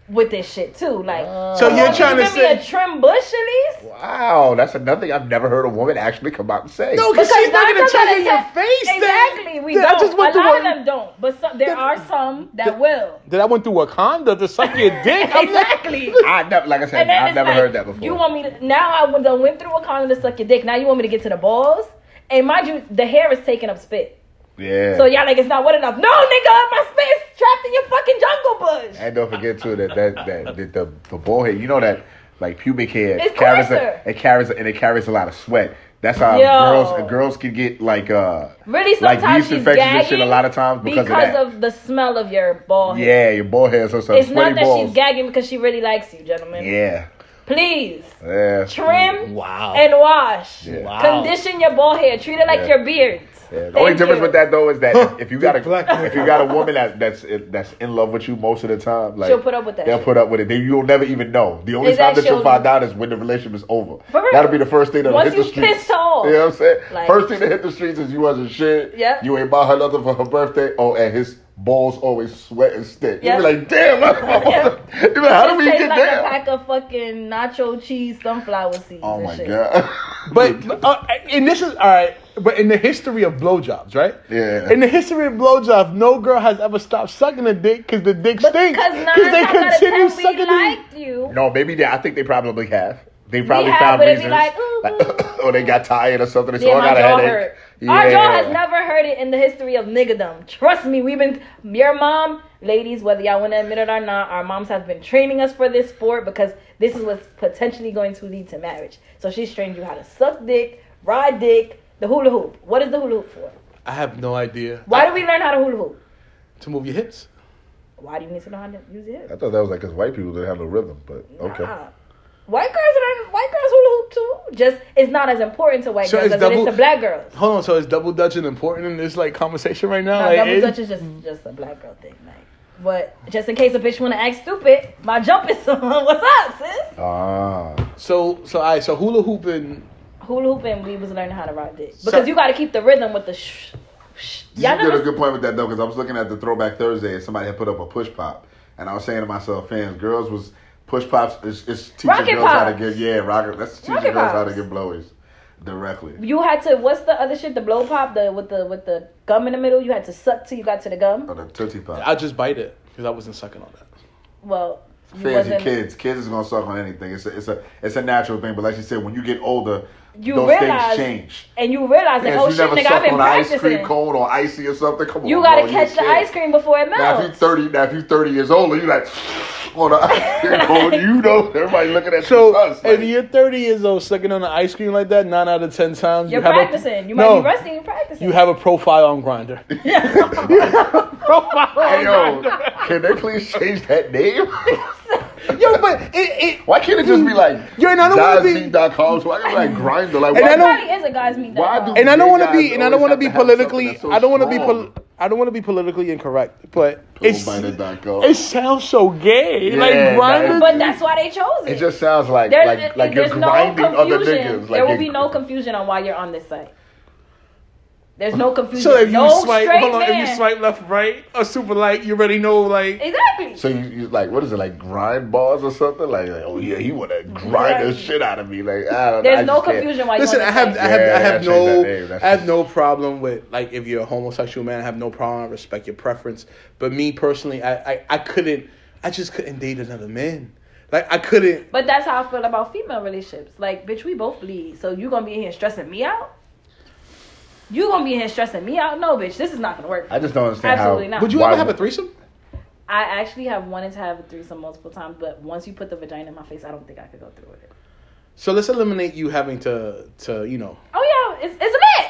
with this shit too. Like
So
come
you're
on,
trying
you
to
give me
say-
a trim bush at least?
Wow, that's another thing I've never heard a woman actually come out and say.
No, because she's not
nine
gonna
times
tell
out
you
of
your
ten-
face. that-
Exactly, we
that
don't.
I just went
a
through
lot of
Wa-
them don't, but some, there are some that will.
that I went through Wakanda to suck your dick. I'm not-
Exactly.
I never. Like I said,
And then
I've
it's
never
like,
heard that before.
You want me to now? I went, done went through a condom to suck your dick. Now you want me to get to the balls? And mind you, the hair is taking up spit.
yeah.
So y'all like it's not wet enough. No, nigga, my spit is trapped in your fucking jungle bush.
And don't forget too that that that, that the the ball hair. You know that like pubic hair
It's
carries a,
coarser.
it carries a, and it carries a lot of sweat. That's how
Yo.
girls girls can get like uh
Really,
like
sometimes
yeast
she's
infections and
gagging
shit a lot of times because, of that.
the smell of your ball. hair.
yeah, your ball hair is so
It's
sweaty
not that
balls.
she's gagging because she really likes you, gentlemen.
yeah,
Please
yeah.
trim
Wow.
and wash.
Yeah.
Wow.
Condition your ball hair. Treat it like
Yeah.
your beard.
Yeah, the only difference with that though is that
Huh,
if you got a
big black man.
if you got a woman that that's that's in love with you most of the time, like
She'll put up with that
They'll
shit.
put up with it. They, you'll never even know. The only
Is
time
that
that you'll
she'll-
find out is when the relationship is over.
For real.
That'll be the first thing that hit
Once
the
you
streets.
pissed off.
you know what I'm saying?
Like-
first thing that hit the streets is you wasn't shit.
Yep.
You ain't buy her nothing for her birthday. Oh, and his balls always sweat and stink.
Yep.
You be like, damn, you be like, how do
Just
we
taste
get
like a
there?
pack of fucking nacho cheese sunflower seeds.
Oh
and
my
shit.
god.
But uh, and this is all right. But in the history of blowjobs, right?
Yeah.
In the history of blowjobs, no girl has ever stopped sucking a dick because the dick stinks.
Because nine times out of ten, we
it.
liked you.
No, maybe they, I think they probably have. They probably
have,
found
but it'd
reasons.
be like, ooh, ooh,
or they got tired or something. They said, oh, I
Yeah, my
got a
jaw
headache.
hurt. Our jaw
Yeah.
has never heard it in the history of niggerdom. Trust me, we've been your mom, ladies, whether y'all want to admit it or not, our moms have been training us for this sport because this is what's potentially going to lead to marriage. So she's trained you how to suck dick, ride dick, the hula hoop. What is the hula hoop for?
I have no idea.
Why do we learn how to hula hoop?
To move your hips.
Why do you need to know how to use it?
I thought that was like because white people didn't have no rhythm, but Uh, okay.
Nah. White girls learn white girls hula hoop too. Just it's not as important to white
So
girls
it's
as it is
double-
to black girls.
Hold on, so is double dutching important in this like conversation right now?
Nah,
Like,
double
it-
dutch is just just a black girl thing, like. But just in case a bitch wanna act stupid, my jump is on. What's up, sis?
Ah,
So so I so hula hooping.
Hula hooping, we was learning how to ride dick
So-
because you got to keep the rhythm with the shh. shh.
you
Y'all
did a
never,
good point with that though, because I was looking at the Throwback Thursday and somebody had put up a push pop, and I was saying to myself, fans, girls was push pops. It's, it's teaching
Rocket
girls how to
pops.
give yeah, rocket. That's teaching
Rocket
girls how to
pops.
give blowies directly.
you had to. What's the other shit? The blow pop, the with the with the gum in the middle. You had to suck till you got to the gum.
Or the tootsie pop.
I just bite it because I wasn't sucking on that.
Well, you
Fancy
wasn't.
kids. Kids is gonna suck on anything. It's a, it's a it's a natural thing. But like you said, when you get older,
You
those things
realize-
change.
And you realize that
Yes,
oh
you
shit,
never
nigga,
suck
I've been
on an ice cream
practicing.
cone or icy or something. Come
You
on,
gotta
bro,
catch
you
the
kid.
ice cream before it
Now if you
melts.
thirty, now if you thirty years older, you like on the ice cream cone. You know, everybody looking at
So
you. sus, like,
if you're 30 years old sucking on an ice cream like that, nine out of 10 times
You're
have a-
practicing. you might
No,
be rusty. You're practicing.
You have a profile on Grinder. profile
Oh,
hey,
on
yo,
Grindr.
can they please change that name?
Yo, but it, it
Why can't it just be like
Yo, and I don't wanna be-
Dazzy.com? So I can like grinder. Like
And
why
I
It
don't-
probably is a guys meet that.
Why
dog.
do-
and I don't
Gay
want to
guys
be and I don't want
always
to
have
be
to have something
politically
that's so
I don't want to be pol-
strong.
I don't want to be politically incorrect, but it's,
Toolbinder.com.
it sounds so gay.
Yeah,
like
that
Grinder,
is-
But that's why they chose it.
It just sounds like
There-
like like you're
there's no
grinding other niggas.
confusion.
Like
there will
you're-
be no confusion on why you're on this site. There's no confusion.
So if you
no
swipe,
straight
hold on,
man.
if you swipe left, right, or super light, you already know like
exactly.
So you, you like what is it like grind bars or something like, like, oh yeah he wanna grind the
Right.
shit out of me like I don't know, I
There's no
just can't.
confusion why
Listen, I
you're on this
have,
site.
I have, I
Yeah,
have
change that
no,
name. That's
I have
just-
no problem with like if you're a homosexual man, I have no problem. I respect your preference, but me personally, I, I, I couldn't, I just couldn't date another man. Like I couldn't.
But that's how I feel about female relationships. Like, bitch, we both bleed. So you gonna be in here stressing me out? You gonna be in here stressing me out? No, bitch, this is not gonna work.
I just don't understand
Absolutely
how
not.
Would you
why
ever have a threesome?
I actually have wanted to have a threesome multiple times, but once you put the vagina in my face, I don't think I could go through with it.
So let's eliminate you having to, to you know.
Oh yeah, it's, it's lit.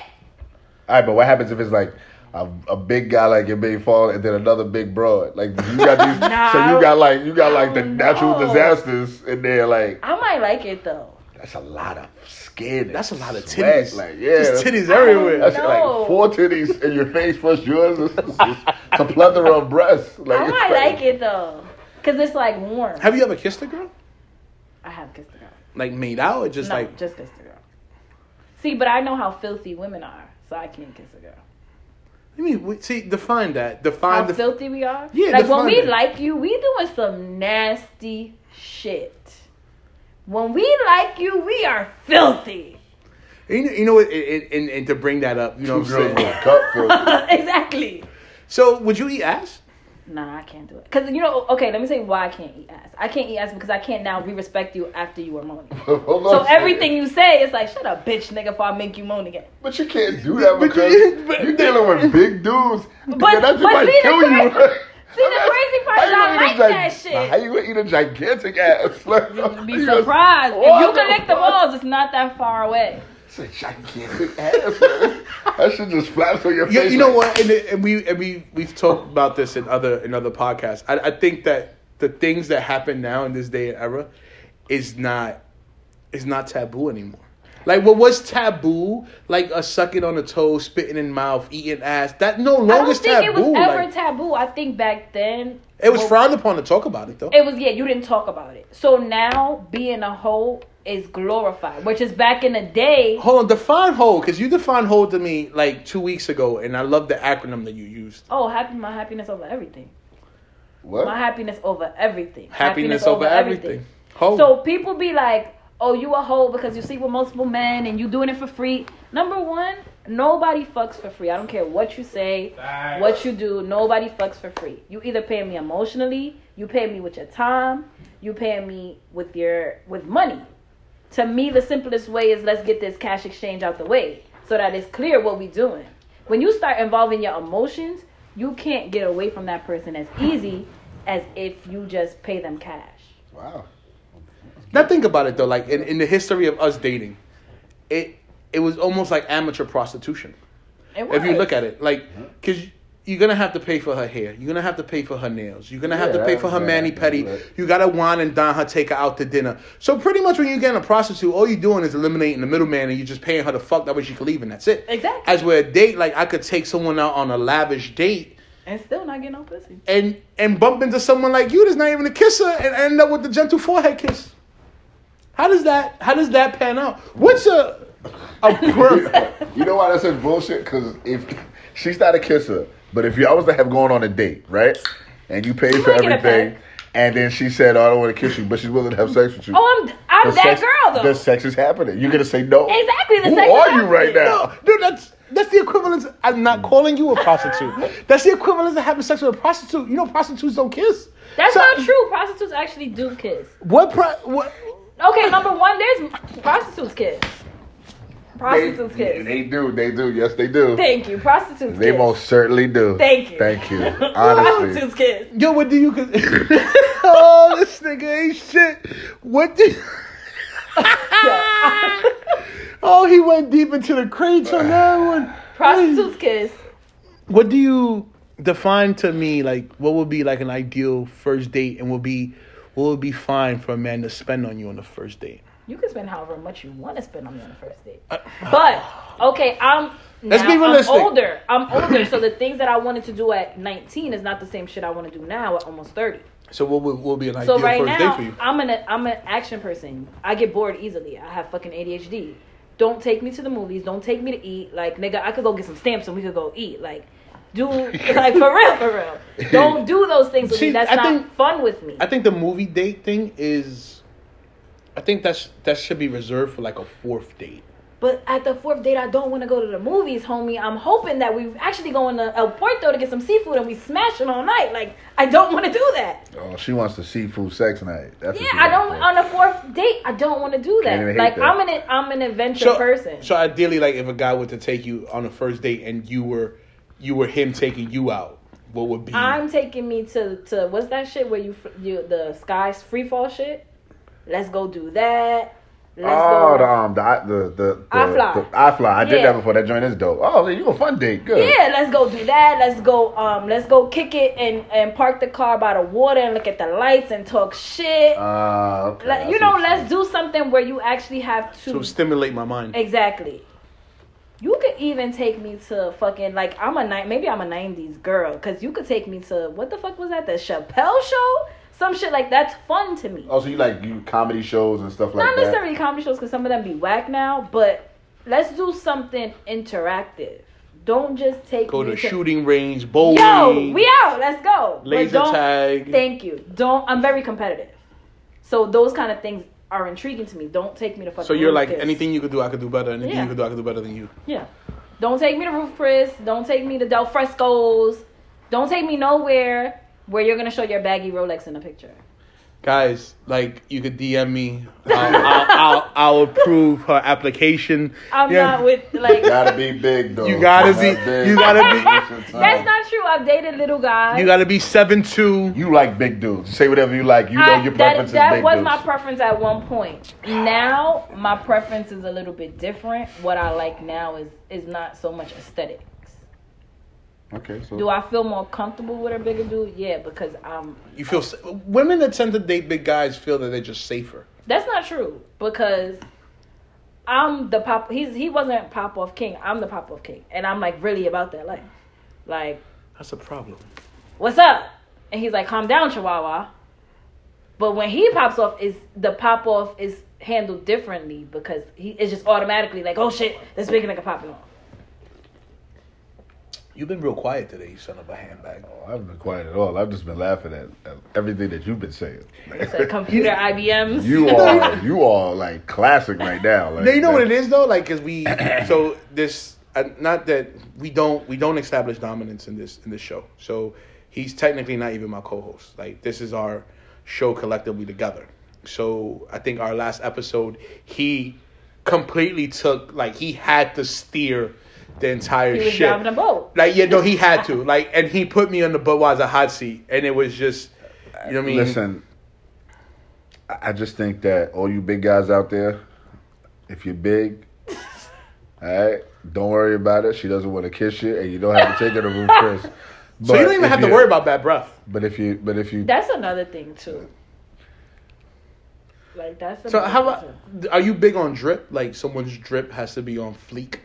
All right, but what happens if it's like a, a big guy like your big fall and then another big broad like you got these
Nah,
so
I
you
don't-
got like you got like
I
the
don't
natural
know.
disasters and they're like
I might like it though.
that's a lot of skin. and
That's a lot of
sweat,
titties.
Like yeah,
Just
that's-
titties everywhere.
That's
No.
like four titties in your face plus yours. It's, it's, it's a plethora of breasts. Like,
Oh, I
it's
might like it though, cause it's like warm.
Have you ever kissed a girl?
I have kissed a girl.
Like made out or just
no,
like?
just kissed a girl. See, but I know how filthy women are, so I can't kiss a girl.
I mean, we- see, define that. Define
How
Uh, the.
filthy we are.
Yeah,
like
define
when we
it.
like you, we doing some nasty shit. When we like you, we are filthy.
you know, you know, it, it, and, and to bring that up, you know what
Two
I'm
girls in
saying.
a cup. For,
exactly.
So, would you eat ass?
Nah, I can't do it. Cause you know, okay, let me say why I can't eat ass. I can't eat ass because I can't now re-respect you after you were moaning.
Hold on
So
a second.
everything you say is like, shut up, bitch, nigga, before I make you moan again.
But you can't do that
But
because
you- but-
you're dealing with big dudes. But,
but
that shit might
see the
kill you.
cra- see the crazy part
How
is
you
I
gonna eat a
like that shit.
How you gonna eat a gigantic ass? Like,
You'd be
you gonna-
surprised.
Oh,
If you can
no.
lick the balls, it's not that far away.
It's a gigantic ass. man. that shit just flaps on your
you,
face.
you know
like-
what? And, and we and we we've talked about this in other in other podcasts. I, I think that the things that happen now in this day and era is not is not taboo anymore. Like what was taboo, like a sucking on the toe, spitting in mouth, eating ass. That no
I
longer
don't
is
think it
taboo.
was ever
like,
taboo. I think back then
it was
well,
frowned upon to talk about it though.
It was yeah. You didn't talk about it. So now being a hoe is glorified, which is back in the day.
Hold on, define hold, because you defined hold to me like two weeks ago, and I love the acronym that you used.
Oh, happy my happiness over everything.
What?
My happiness over everything.
Happiness, over, everything. Hold.
So people be like, "Oh, you a hoe because you sleep with multiple men and you doing it for free." Number one, nobody fucks for free. I don't care what you say, what you do. Nobody fucks for free. You either pay me emotionally, you pay me with your time, you pay me with your with money. To me, the simplest way is let's get this cash exchange out the way. so that it's clear what we're doing. When you start involving your emotions, you can't get away from that person as easy as if you just pay them cash.
Wow.
Now think about it though, like in, in the history of us dating, it it was almost like amateur prostitution.
It
If you
works.
look at it, like, cause you're gonna have to pay for her hair, you're gonna have to pay for her nails, you're gonna have to
Yeah,
pay for her
yeah,
mani
yeah,
petty.
right.
You gotta wine and dine her, take her out to dinner. So pretty much when you're getting a prostitute, all you're doing is eliminating the middleman and you're just paying her the fuck. That way she can leave and that's it.
Exactly.
As with a date, like I could take someone out on a lavish date
and still not getting no pussy.
and and bump into someone like you that's not even a kisser and end up with the gentle forehead kiss. How does that how does that pan out? What's a a perk?
You know why that's such bullshit? Because if she's not a kisser, but if y'all was to have gone on a date, right, and you paid
You
for
might get a
everything,
peck.
and then she said, "Oh, I don't want to kiss you," but she's willing to have sex with you.
Oh, I'm I'm
The
that
sex-
girl though.
The sex is happening. You're gonna say no.
Exactly, the
Who
sex is
are you
happening.
right now?
no, dude, that's that's the equivalent. to- I'm not calling you a prostitute. That's the equivalent of having sex with a prostitute. You know, prostitutes don't kiss.
That's
So-
not true. Prostitutes actually do kiss.
What? Pro, what?
Okay, number one, there's prostitutes kiss.
They,
Prostitutes kiss.
they do. They do. Yes, they do.
Thank you, prostitutes
They
kiss.
most certainly do.
Thank you.
Thank you.
prostitutes
Honestly.
kiss.
Yo, what do you? con- oh, this nigga ain't shit. What do? oh, he went deep into the crates on that one.
Prostitutes kiss.
What do you define to me like what would be like an ideal first date and would be what would be fine for a man to spend on you on the first date?
You can spend however much you want to spend on me on the first date. But okay, I'm
Let's
now
be realistic.
I'm older. I'm older, so the things that I wanted to do at 19 is not the same shit I want to do now at almost 30.
So what would what would be an
So
ideal
right
first
now,
date for you?
I'm an I'm an action person. I get bored easily. I have fucking ADHD. Don't take me to the movies. Don't take me to eat. Like nigga, I could go get some stamps and we could go eat. Like, do like for real, for real. Don't do those things with
See,
me. That's
I
not
think-
fun with me.
I think the movie date thing is I think that's that should be reserved for like a fourth date.
but at the fourth date, I don't want to go to the movies, homie. I'm hoping that we actually going to El Puerto to get some seafood and we smashing all night. Like, I don't want to do that.
Oh, she wants to see food sex night. That's what
Yeah,
she
I
wants
don't
for.
on the fourth date. I don't want to do
Can't
that.
even hate
Like,
that.
I'm an I'm an adventure person.
So ideally, like if a guy were to take you on a first date and you were you were him taking you out, what would be?
Mm-hmm.
I'm taking me to to what's that shit where you fr- you the skies free fall shit. Let's go do that. Let's
oh,
go.
the um, the the the, the
I fly.
the- I fly. I did
Yeah.
that before. That joint is dope. Oh, you a fun date? Good.
Yeah, let's go do that. Let's go. Um, let's go kick it and and park the car by the water and look at the lights and talk shit.
Uh, okay,
Let-
I
you
see
know,
what
let's do something where you actually have
to stimulate my mind.
Exactly. You could even take me to fucking like I'm a night maybe I'm a '90s girl because you could take me to what the fuck was that the Chappelle show some shit like that's fun to me.
Oh, so you like you comedy shows and stuff like
Not
that?
necessarily comedy shows because some of them be whack now, but let's do something interactive. Don't just take
Go
me
to shooting range, bowling,
Yo, we out. Let's go. But
laser
don't-
tag.
Thank you. Don't. I'm very competitive, so those kind of things are intriguing to me. Don't take me to fucking.
So you're
Ruth
like
Chris.
anything you could do, I could do better. Anything
Yeah.
you could do, I could do better than you.
Yeah. Don't take me to Roof Chris. Don't take me to Del Fresco's. Don't take me nowhere where you're gonna show your baggy Rolex in a picture.
Guys, like you could DM me. I'll, I'll, I'll, I'll approve her application.
I'm
Yeah.
not with like.
Gotta be big though.
You gotta
Gotta
be-
big.
you gotta
That's not true. I've dated little guys.
You gotta be seven two.
You like big dudes. Say whatever you like. You know
I-
your
that
preference is
that
big
was
dudes.
my preference at one point. Now my preference is a little bit different. What I like now is is not so much aesthetics.
okay, so
Do I feel more comfortable with a bigger dude? Yeah, because I'm.
You feel sa- women that tend to date big guys feel that they're just safer.
That's not true because I'm the pop. He's he wasn't pop off king. I'm the pop off king, and I'm like really about that life. Like
That's a problem.
what's up? And he's like, calm down, Chihuahua. But when he pops off, is the pop off is handled differently because he is just automatically like, oh shit, this big nigga popping off.
You've been real quiet today, you son of a handbag.
Oh, I haven't been quiet at all. I've just been laughing at, at everything that you've been saying.
It's like computer IBMs.
you are you are like classic right now. Like,
No, you know what
like-
it is though, like, cause we so this uh, not that we don't we don't establish dominance in this in this show. So he's technically not even my co-host. Like this is our show collectively together. So I think our last episode, he completely took like he had to steer the entire
He was
ship.
driving a boat.
Like yeah, no, he had to. Like and he put me on the Budweiser hot seat, and it was just you know what I mean.
Listen, I I just think that all you big guys out there, if you're big, all right, don't worry about it. She doesn't want to kiss you, and you don't have to take her to Ruth Chris. But
so you don't even
if
have to
you-
worry about bad breath.
But if you, but if you,
That's another thing too. Like that's
So
another
how
thing,
about are you big on drip? Like someone's drip has to be on fleek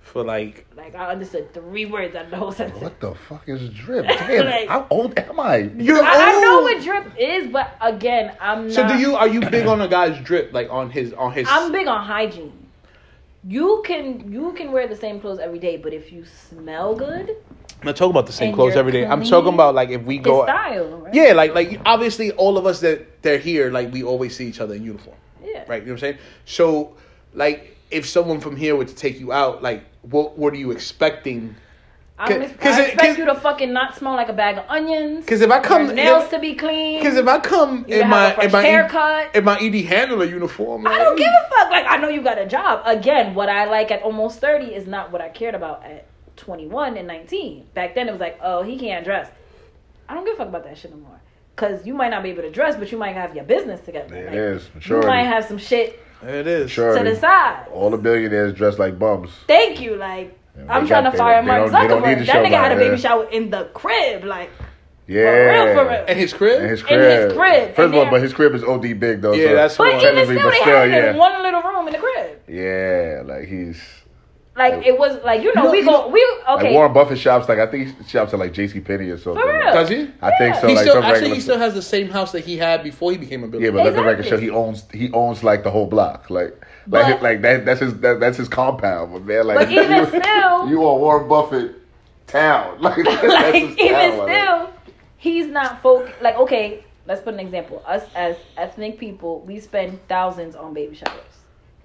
for like
too. like I understood three words out of the whole sentence.
what the fuck is drip? Damn,
Like-
how old am I?
you're
Oh!
I, I know
old.
what drip is, but again, I'm not.
So do you are you big on a guy's drip like on his on his
I'm big on hygiene. You can you can wear the same clothes every day, but if you smell good,
I'm not talking about the same
And
clothes
you're
every day. I'm
clean.
talking about like if we
it's
go
style, right?
Yeah, like like obviously all of us that they're here, like we always see each other in uniform.
Yeah.
Right? You know what I'm saying? So like if someone from here were to take you out, like what what are you expecting?
I'm
'Cause-
ex-
'cause
I
it- 'cause-
expect you to fucking not smell like a bag of onions.
'Cause if I come-
your nails
if-
to be clean,
Because if I come
You
in
have
my
a fresh
in my
haircut.
E, in my ED handler uniform,
I
like,
don't give a fuck. Like I know you got a job. Again, what I like at almost thirty is not what I cared about at twenty one and nineteen. Back then it was like, oh, he can't dress. I don't give a fuck about that shit no more. Cause you might not be able to dress, but you might have your business together.
There
Like,
it is.
You might
Maturity.
have some shit
It is.
Maturity.
to the side.
All the billionaires dressed like bums.
Thank you. Like
Yeah,
I'm
they
trying
got-
to
they-
fire
they
Mark
don't- they don't need
Zuckerberg.
to
That
show
nigga had a
that,
baby
man.
shower in the crib. Like
Yeah.
real, for real.
And his crib?
And his
In
crib.
his crib.
First of all,
And
but his crib is OD big though.
Yeah,
so
that's
but
Well,
even
technically,
still,
but
they
still,
had it in
yeah.
one little room in the crib.
Yeah, like he's
Like it was like you know
You know-
we
you know-
go we
like
okay
Warren Buffett shops like I think he shops at like J C Penney or something.
For real?
Does he?
I think so.
he
like
still
some
actually
regular
he still has the same house that he had before he became a
Yeah,
billionaire.
but let the record show
Exactly.
he owns he owns like the whole block. Like
But-
like like that that's his that, that's his compound, but man like
But even
you,
still-
you are Warren Buffett town. Like, that's
like
his
even
town, like.
still, he's not folk. Like okay, let's put an example. Us as ethnic people, we spend thousands on baby showers.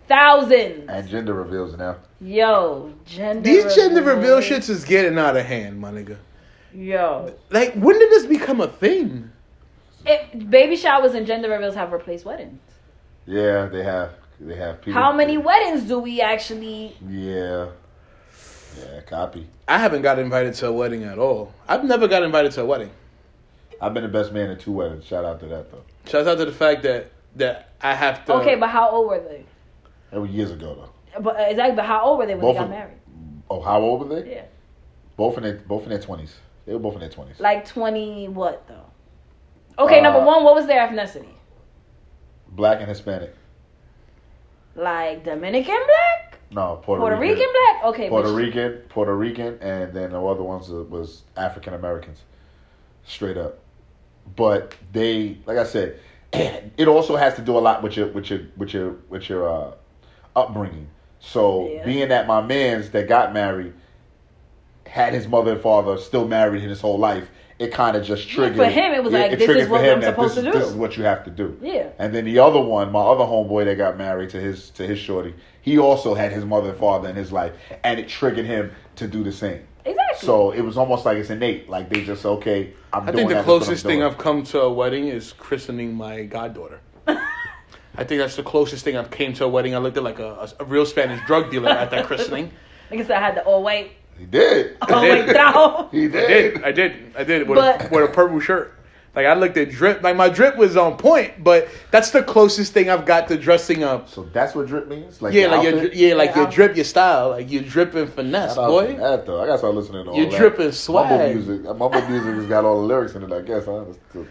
Thousands.
and gender reveals now.
Yo, gender.
These gender reveal
reveals.
shits is getting out of hand, my nigga.
Yo,
Like when did this become a thing?
it, baby showers and gender reveals have replaced weddings.
Yeah, they have they have people.
How many weddings do we actually?
Yeah. Yeah, copy.
I haven't got invited to a wedding at all. I've never got invited to a wedding.
I've been the best man in two weddings. Shout out to that though.
Shout out to the fact that that I have to.
Okay, but how old were they?
That was years ago though.
But uh, exactly, but how old were they when
Both
they got
of-
married?
Oh, how old were they?
Yeah,
Both in their both in their twenties. They were both in their twenties.
like twenty what though? Okay,
Uh,
number one, what was their ethnicity?
Black and Hispanic.
Like Dominican black.
No, Puerto,
Puerto Rican,
Rican
black? Okay,
Puerto
but she-
Rican, Puerto Rican, and then the other ones was African Americans, straight up. But they, like I said, it also has to do a lot with your with your with your with your uh, upbringing. So
Yeah.
being that my man's that got married had his mother and father still married his whole life, it kind of just
Yeah, for
triggered
him, it was like, this
triggered
is
for
what
him
I'm
that
supposed
this,
to
is-
do.
This is what you have to do.
Yeah.
And then the other one, my other homeboy that got married to his to his shorty, he also had his mother and father in his life, and it triggered him to do the same.
Exactly.
So it was almost like it's innate. Like they just okay. I'm
I
doing
think the
that, that's what I'm
closest thing
doing.
I've come to a wedding is christening my goddaughter. I think that's the closest thing I've came to a wedding. I looked at like a, a, a real Spanish drug dealer at that christening.
like I said, I had the all white,
he did.
all white towel.
he
I
did.
did, I did, I did with, a,
But-
with a purple shirt. Like I looked at drip, like my drip was on point, but that's the closest thing I've got to dressing up.
So that's what drip means. Like
Yeah,
the
like your,
outfit?
dri- yeah, like
Yeah.
your drip, your style, like you're dripping finesse,
Shout out
boy.
to That though, I gotta start listening to all
You're
that.
dripping swag.
Mumble music. Mumble music has got all the lyrics in it. I guess. Huh?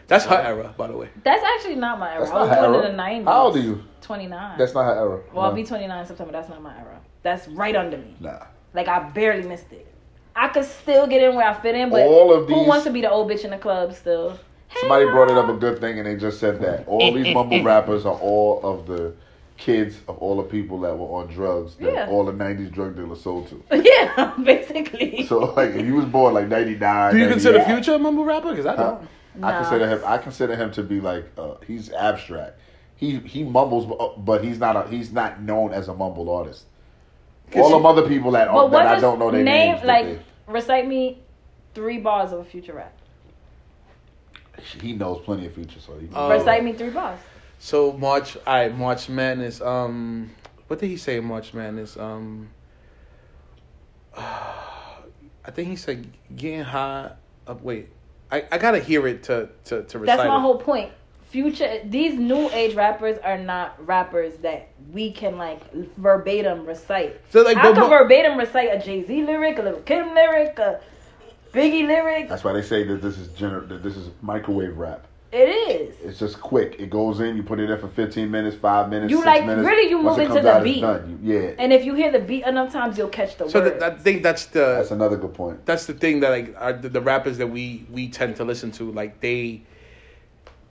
That's her era, by the way.
That's actually not my era.
That's
I was
not her
born
era.
in the 90s.
How old are you?
29.
That's not her era.
well, I'll
No.
be 29 in September. That's not my era. That's right under me.
Nah.
Like, I barely missed it. I could still get in where I fit in, but
All of
who
these-
wants to be the old bitch in the club still?
Somebody brought it up a good thing, and they just said that
Eh,
all these mumble rappers are all of the kids of all the people that were on drugs that
Yeah.
all the '90s drug dealers sold to.
yeah, basically.
So, like, if you was born like '99,
Do you consider
98,
Future a mumble rapper? Because I
Huh?
don't.
I
Nah.
consider him. I consider him to be like uh, he's abstract. He he mumbles, bu- but he's not a, he's not known as a mumble artist. All
he-
them other people that
but what
that I
is
don't know their
name,
names. that
like,
they-
recite me three bars of a future rap.
he knows plenty of features, so he.
Oh.
Recite me three bars.
So March, I March Madness. Um, what did he say in March Madness? Um, I think he said getting high. Uh, wait, I, I gotta hear it to to to recite.
That's my
it.
whole point. Future, these new age rappers are not rappers that we can like verbatim recite.
So, like,
I
but-
can verbatim recite a Jay Z lyric, a Lil Kim lyric, a Biggie lyric.
That's why they say that this is gener- that this is microwave rap.
It is.
It's just quick. It goes in. You put it in for fifteen minutes, five minutes.
You
six
like-
minutes.
really, you
Once
move
it
into
comes
the
out, it's
beat.
done. You- yeah,
And if you hear the beat enough times, you'll catch the
So
word.
th- I think that's the
that's another good point.
that's the thing that like are the, the rappers that we we tend to listen to like they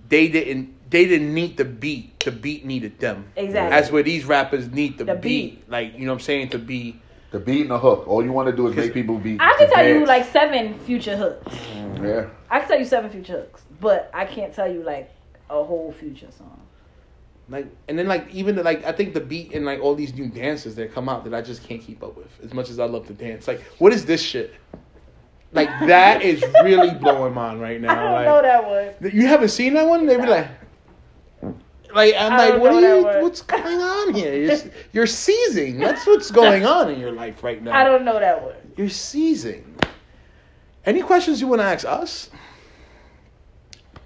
they didn't they didn't need the beat the beat needed them
Exactly.
that's where these rappers need the,
The
beat. like you know what i'm saying to be
The beat and the hook. All you want to do is
'Cause
make people be.
I can
to
tell you
dance.
like seven future hooks.
yeah.
I can tell you seven future hooks, but I can't tell you like a whole future song.
like and then like even the, like i think the beat and like all these new dances that come out that i just can't keep up with as much as i love to dance like what is this shit like that is really blowing mine right now
I don't
like,
know that one.
You haven't seen that one? They be like, like I'm
I
like,
don't
what
know
are
that
you?
one."
What's going on here? You're, you're seizing. That's what's going on in your life right now.
I don't know that one.
You're seizing. Any questions you want to ask us?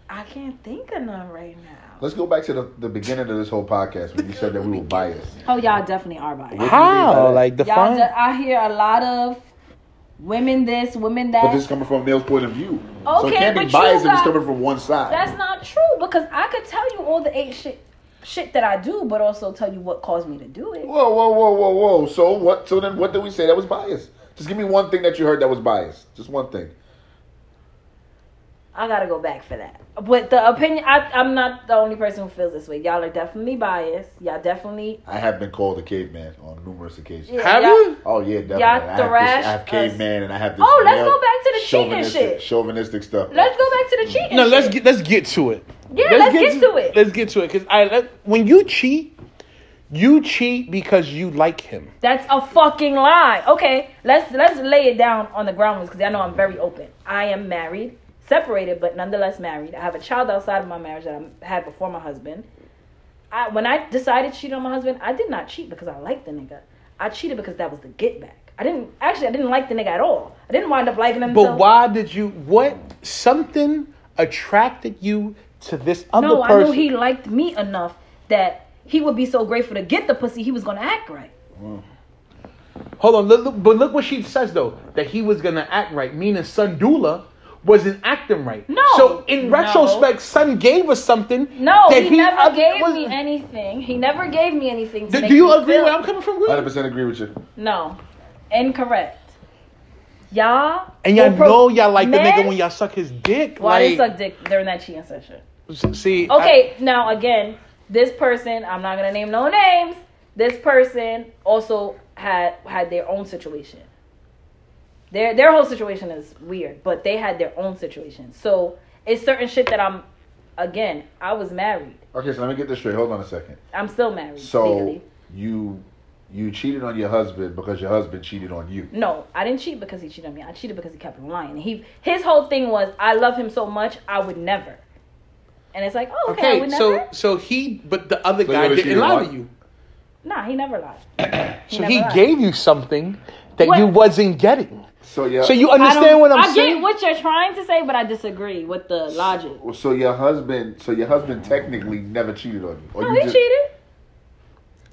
I can't think of none right now.
Let's go back to the, the beginning of this whole podcast when you said that we were biased.
Oh, y'all definitely are biased.
What do you mean by that?
Y'all, de- I hear a lot of women this, women that.
But this is coming from a male's point of view. so it
Okay,
can't be
but you
biased if it's
got-
coming from one side.
That's not true because I could tell you all the eight shit shit that I do, but also tell you what caused me to do it.
Whoa, whoa, whoa, whoa, whoa. So what? So then, what did we say that was biased? Just give me one thing that you heard that was biased. Just one thing.
I gotta go back for that. But the opinion, I, I'm not the only person who feels this way. Y'all are definitely biased. Y'all definitely.
I have been called a caveman on numerous occasions.
Yeah,
Have
y'all-
you?
Oh yeah, definitely.
Y'all
I, have
thrashed
this, I have
us.
caveman and I have this.
Oh, let's
male
go back to the
chauvinistic-
cheating shit.
Chauvinistic stuff.
Let's go back to the cheating.
No, let's
shit.
get let's get to it.
Yeah, let's get to it.
Let's get to it because I let, when you cheat, you cheat because you like him.
That's a fucking lie. Okay, let's let's lay it down on the ground because I know I'm very open. I am married, separated, but nonetheless married. I have a child outside of my marriage that I had before my husband. I when I decided to cheat on my husband, I did not cheat because I liked the nigga. I cheated because that was the get back. I didn't actually. I didn't like the nigga at all. I didn't wind up liking him.
But
until-
why did you? What something attracted you to this other
No,
person?
I knew he liked me enough that he would be so grateful to get the pussy. He was gonna act right.
Hold on, look, look, but look what she says though that he was gonna act right, meaning Sundula wasn't acting right.
No.
So in
No.
retrospect, Sun gave us something.
No,
that
he, never
other-
gave
was-
me anything. He never gave me anything. To
Do,
make
do you
me
agree
feel-
where I'm coming from?
Hundred
Will?
percent agree with you.
No, incorrect. Y'all
And y'all
will pro-
know y'all like
Men-
the nigga when y'all suck his dick.
Why they
like,
suck dick during that cheating session?
s- See. I-
Okay, now again, this person I'm not gonna name no names. This person also had had their own situation. Their their whole situation is weird, but they had their own situation. So it's certain shit that I'm. Again, I was married.
Okay, so let me get this straight. Hold on a second.
I'm still married.
So
legally.
you you cheated on your husband because your husband cheated on you.
No, I didn't cheat because he cheated on me. I cheated because he kept lying. He his whole thing was I love him so much I would never. And it's like, oh, okay, I
Okay.
would
So
never.
so he, but the other
So
guy
you
didn't
cheated
lie
once?
to you.
Nah, he never lied.
So
never
he
lied.
gave you something that
What?
you wasn't getting.
So yeah.
So you
I don't-
understand what I'm
I
saying?
get what you're trying to say, but I disagree with the logic.
So your husband. So your husband technically never cheated on you. Or
No,
you
he
just-
cheated.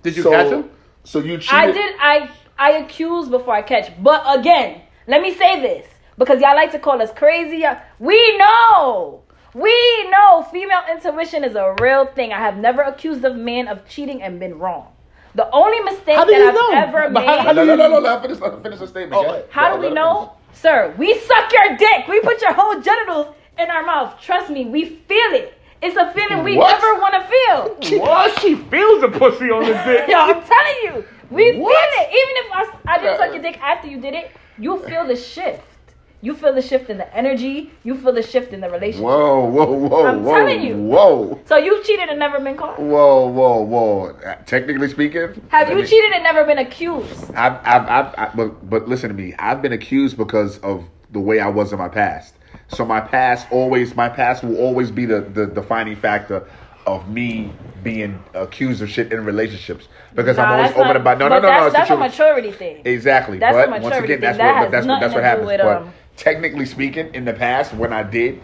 Did you
so,
catch him?
So you cheated.
I did. I I accuse before I catch. But again, let me say this because y'all like to call us crazy. Y'all- We know. We know female intuition is a real thing. I have never accused a man of cheating and been wrong. The only mistake
How
that
do you
I've
know?
ever
But
made.
how-
No, no, no, no, no, Let her finish, let her finish her
Oh,
statement. Go ahead.
How
Go
do we
ahead, let her
know? Sir, we suck your dick. We put your whole genitals in our mouth. Trust me, we feel it. It's a feeling we
What?
never want to feel.
What? She feels the pussy on his dick.
Yo, I'm telling you, we
What?
feel it. Even if I, I didn't suck your dick after you did it, you feel the shift. You feel the shift in the energy. You feel the shift in the
finish.
relationship.
Whoa, whoa, whoa,
I'm
whoa,
telling you.
whoa,
So you've cheated and never been caught?
whoa, whoa, whoa. Uh, Technically speaking,
Have
I
you
mean,
cheated and never been accused?
I've, I've, I've, I, but, but listen to me. I've been accused because of the way I was in my past. So my past always, my past will always be the, the defining factor of me being accused of shit in relationships because I'm
Nah,
always
that's not-
open about. No, no,
but
no, no.
That's,
It's the
that's a
truth.
maturity thing.
Exactly.
That's
but
a
once
maturity
again, that's
thing. That
what
has
that's what- that's
nothing
what
to do
happens.
with,
but
um,
technically speaking, in the past, when I did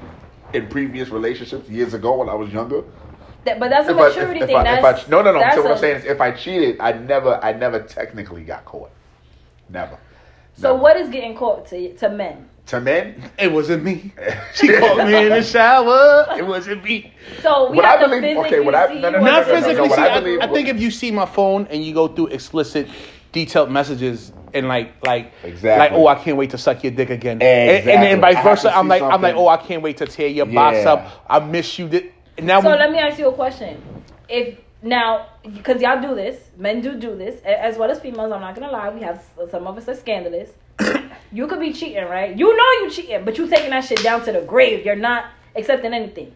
in previous relationships years ago when I was younger,
That- but that's a
if I, if,
maturity
if
thing.
I, if I,
that's,
no, no, no.
that's
So what
a-
I'm saying is, if I cheated, I never, I never technically got caught. Never.
So
Never.
what is getting caught to to men?
To men,
It wasn't me. She caught me in the shower. It wasn't me.
So we
What
have
I
to
believe-
physically
okay, what I-
see
no, no, no,
what
Not
it is.
physically.
what
see,
I
I,
believe-
I think if you see my phone and you go through explicit, detailed messages and like like
Exactly.
like oh I can't wait to suck your dick again, and, and
Exactly.
then
I
vice
have to
versa. I'm
see
like I'm like
something.
oh I can't wait to tear your box
Yeah.
up. I miss you. Th- Now
So
we-
let me ask you a question. If now, because y'all do this, men do do this, a- as well as females. I'm not gonna lie, we have some of us are scandalous. you could be cheating, right? You know you cheating, but you taking that shit down to the grave. You're not accepting anything.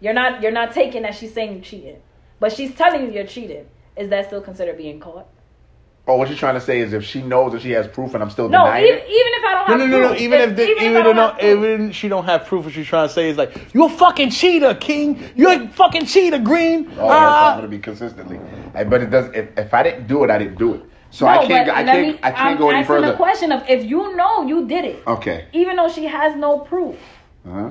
You're not. You're not taking that she's saying you cheating, but she's telling you you're cheating. Is that still considered being caught?
oh, what you're trying to say is, if she knows that she has proof and I'm still
No,
denying
even,
it,
even if I don't
no
have
no no no.
proof,
Even if the, even,
I
if
don't
no
have proof.
even she don't have proof. What she's trying to say is like you a fucking cheater, King. You a fucking cheater, Green.
oh, that's I'm
Ah.
going to be consistently. And- But it does. If, if I didn't do it, I didn't do it. So
No,
I can't.
but
I
let
can't.
me-
I can't
I'm
go any
asking The
further. Oh.
question of if you know you did it,
Okay.
even though she has no proof,
Uh-huh.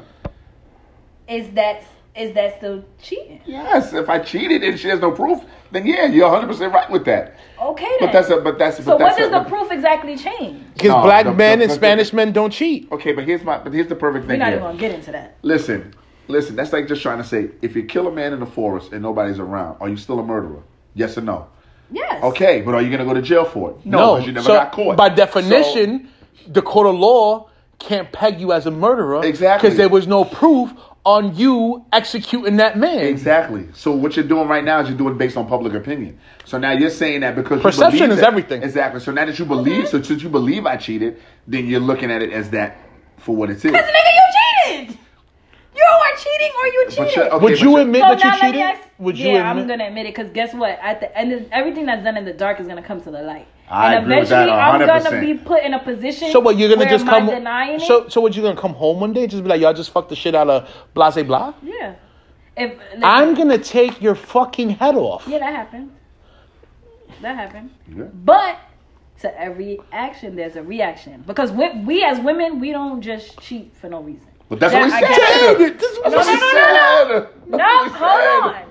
is that is that still cheating?
Yes, if I cheated and she has no proof, then yeah, you're 100 percent right with that.
Okay, then.
But that's a but that's
so
but that's
what does
a-
the
but-
proof exactly change?
Because
No,
black
the- the-
men and
the-
Spanish men don't cheat.
Okay, but here's my but here's the perfect
We're
thing
not
here.
even gonna get into that.
Listen, listen. That's like just trying to say if you kill a man in the forest and nobody's around, are you still a murderer? Yes or no?
Yes.
Okay, but are you gonna go to jail for it?
No,
because you never
so
got caught.
By
So-
definition, the court of law can't peg you as a murderer
Exactly.
because there was no proof on you executing that man.
Exactly. So what you're doing right now is you're doing based on public opinion. So now you're saying that because you
Perception
believe
is
that-
everything.
Exactly. So now that you believe, so since you believe I cheated, then you're looking at it as that for what it is.
Because nigga, you cheated. You are cheating or you
But
cheated.
you're- okay,
Would
but
you
you're-
admit
so
that you
now let
cheated?
me ask.
Would you
yeah, I'm
admit?
gonna admit it because guess what? At the end, of, everything that's done in the dark is gonna come to the light.
I
and
agree with that
eventually, I'm gonna
100%.
be put in a position.
so what? You're gonna
where
just
am
come?
I denying it?
So so what? You're gonna come home one day and just be like, y'all just fucked the shit out of Blase Blah.
yeah. If
I'm gonna take your fucking head off.
Yeah, that happened. That happened.
Yeah.
But to every action, there's a reaction. Because we, we as women, we don't just cheat for no reason.
But that's what
That-
we
I
said.
guess-
Damn it, this is
That's
what
what
No,
we
no, no, no,
said.
No,
That's what we
hold
said.
on.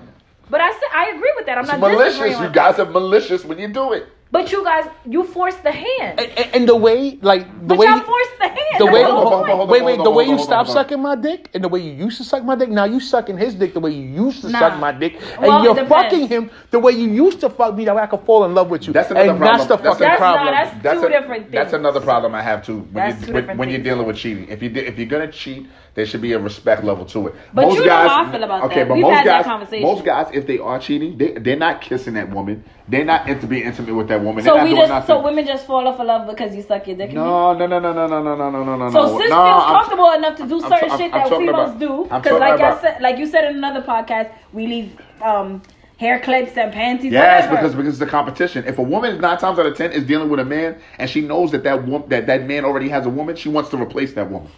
But I said I agree with that. I'm
It's
not
malicious.
disagreeing
You
with
guys are malicious when you do it.
that. But you guys, you forced the hand.
And, and- and the way, like the
but
way,
y'all forced the hand.
the
That's
way,
the whole
hold on,
point.
hold on,
wait,
hold
wait,
on,
the
hold
way
on,
you
hold on,
stopped
hold on.
sucking my dick and the way you used to suck my dick, now you sucking his dick the way you used to
Nah.
suck my dick, and
Well, it
you're
depends.
fucking him the way you used to fuck me. That way I could fall in love with you.
That's another
and
problem.
That's the
That's
fucking
another-
problem.
That's not- Two different
That's
things.
another problem I have too. When,
That's
you,
two
when,
different
when you're
things.
dealing with cheating, if you di- if you're gonna cheat, there should be a respect level to it.
But you know how I feel about
okay,
that.
But
We've
most
had that
guys,
conversation.
most guys, if they are cheating, they they're not kissing that woman. They're not into being intimate with that woman. they're
So
not
we
doing
just,
nothing.
so women just fall off in love because you suck your dick. in me?
no, no, no, no, no, no, no, no, no, no.
So
no,
sis
no,
feels
I'm-
comfortable enough to do
I'm
certain
ta- I'm-
shit
I'm
that
talking
females
about-
do.
I'm
Because like
talking
y'all
about-
said, like you said in another podcast, we leave um, hair clips and panties.
Yes,
whatever.
because because it's a competition. If a woman nine times out of ten is dealing with a man, and she knows that that wom- that that man already has a woman, she wants to replace that woman.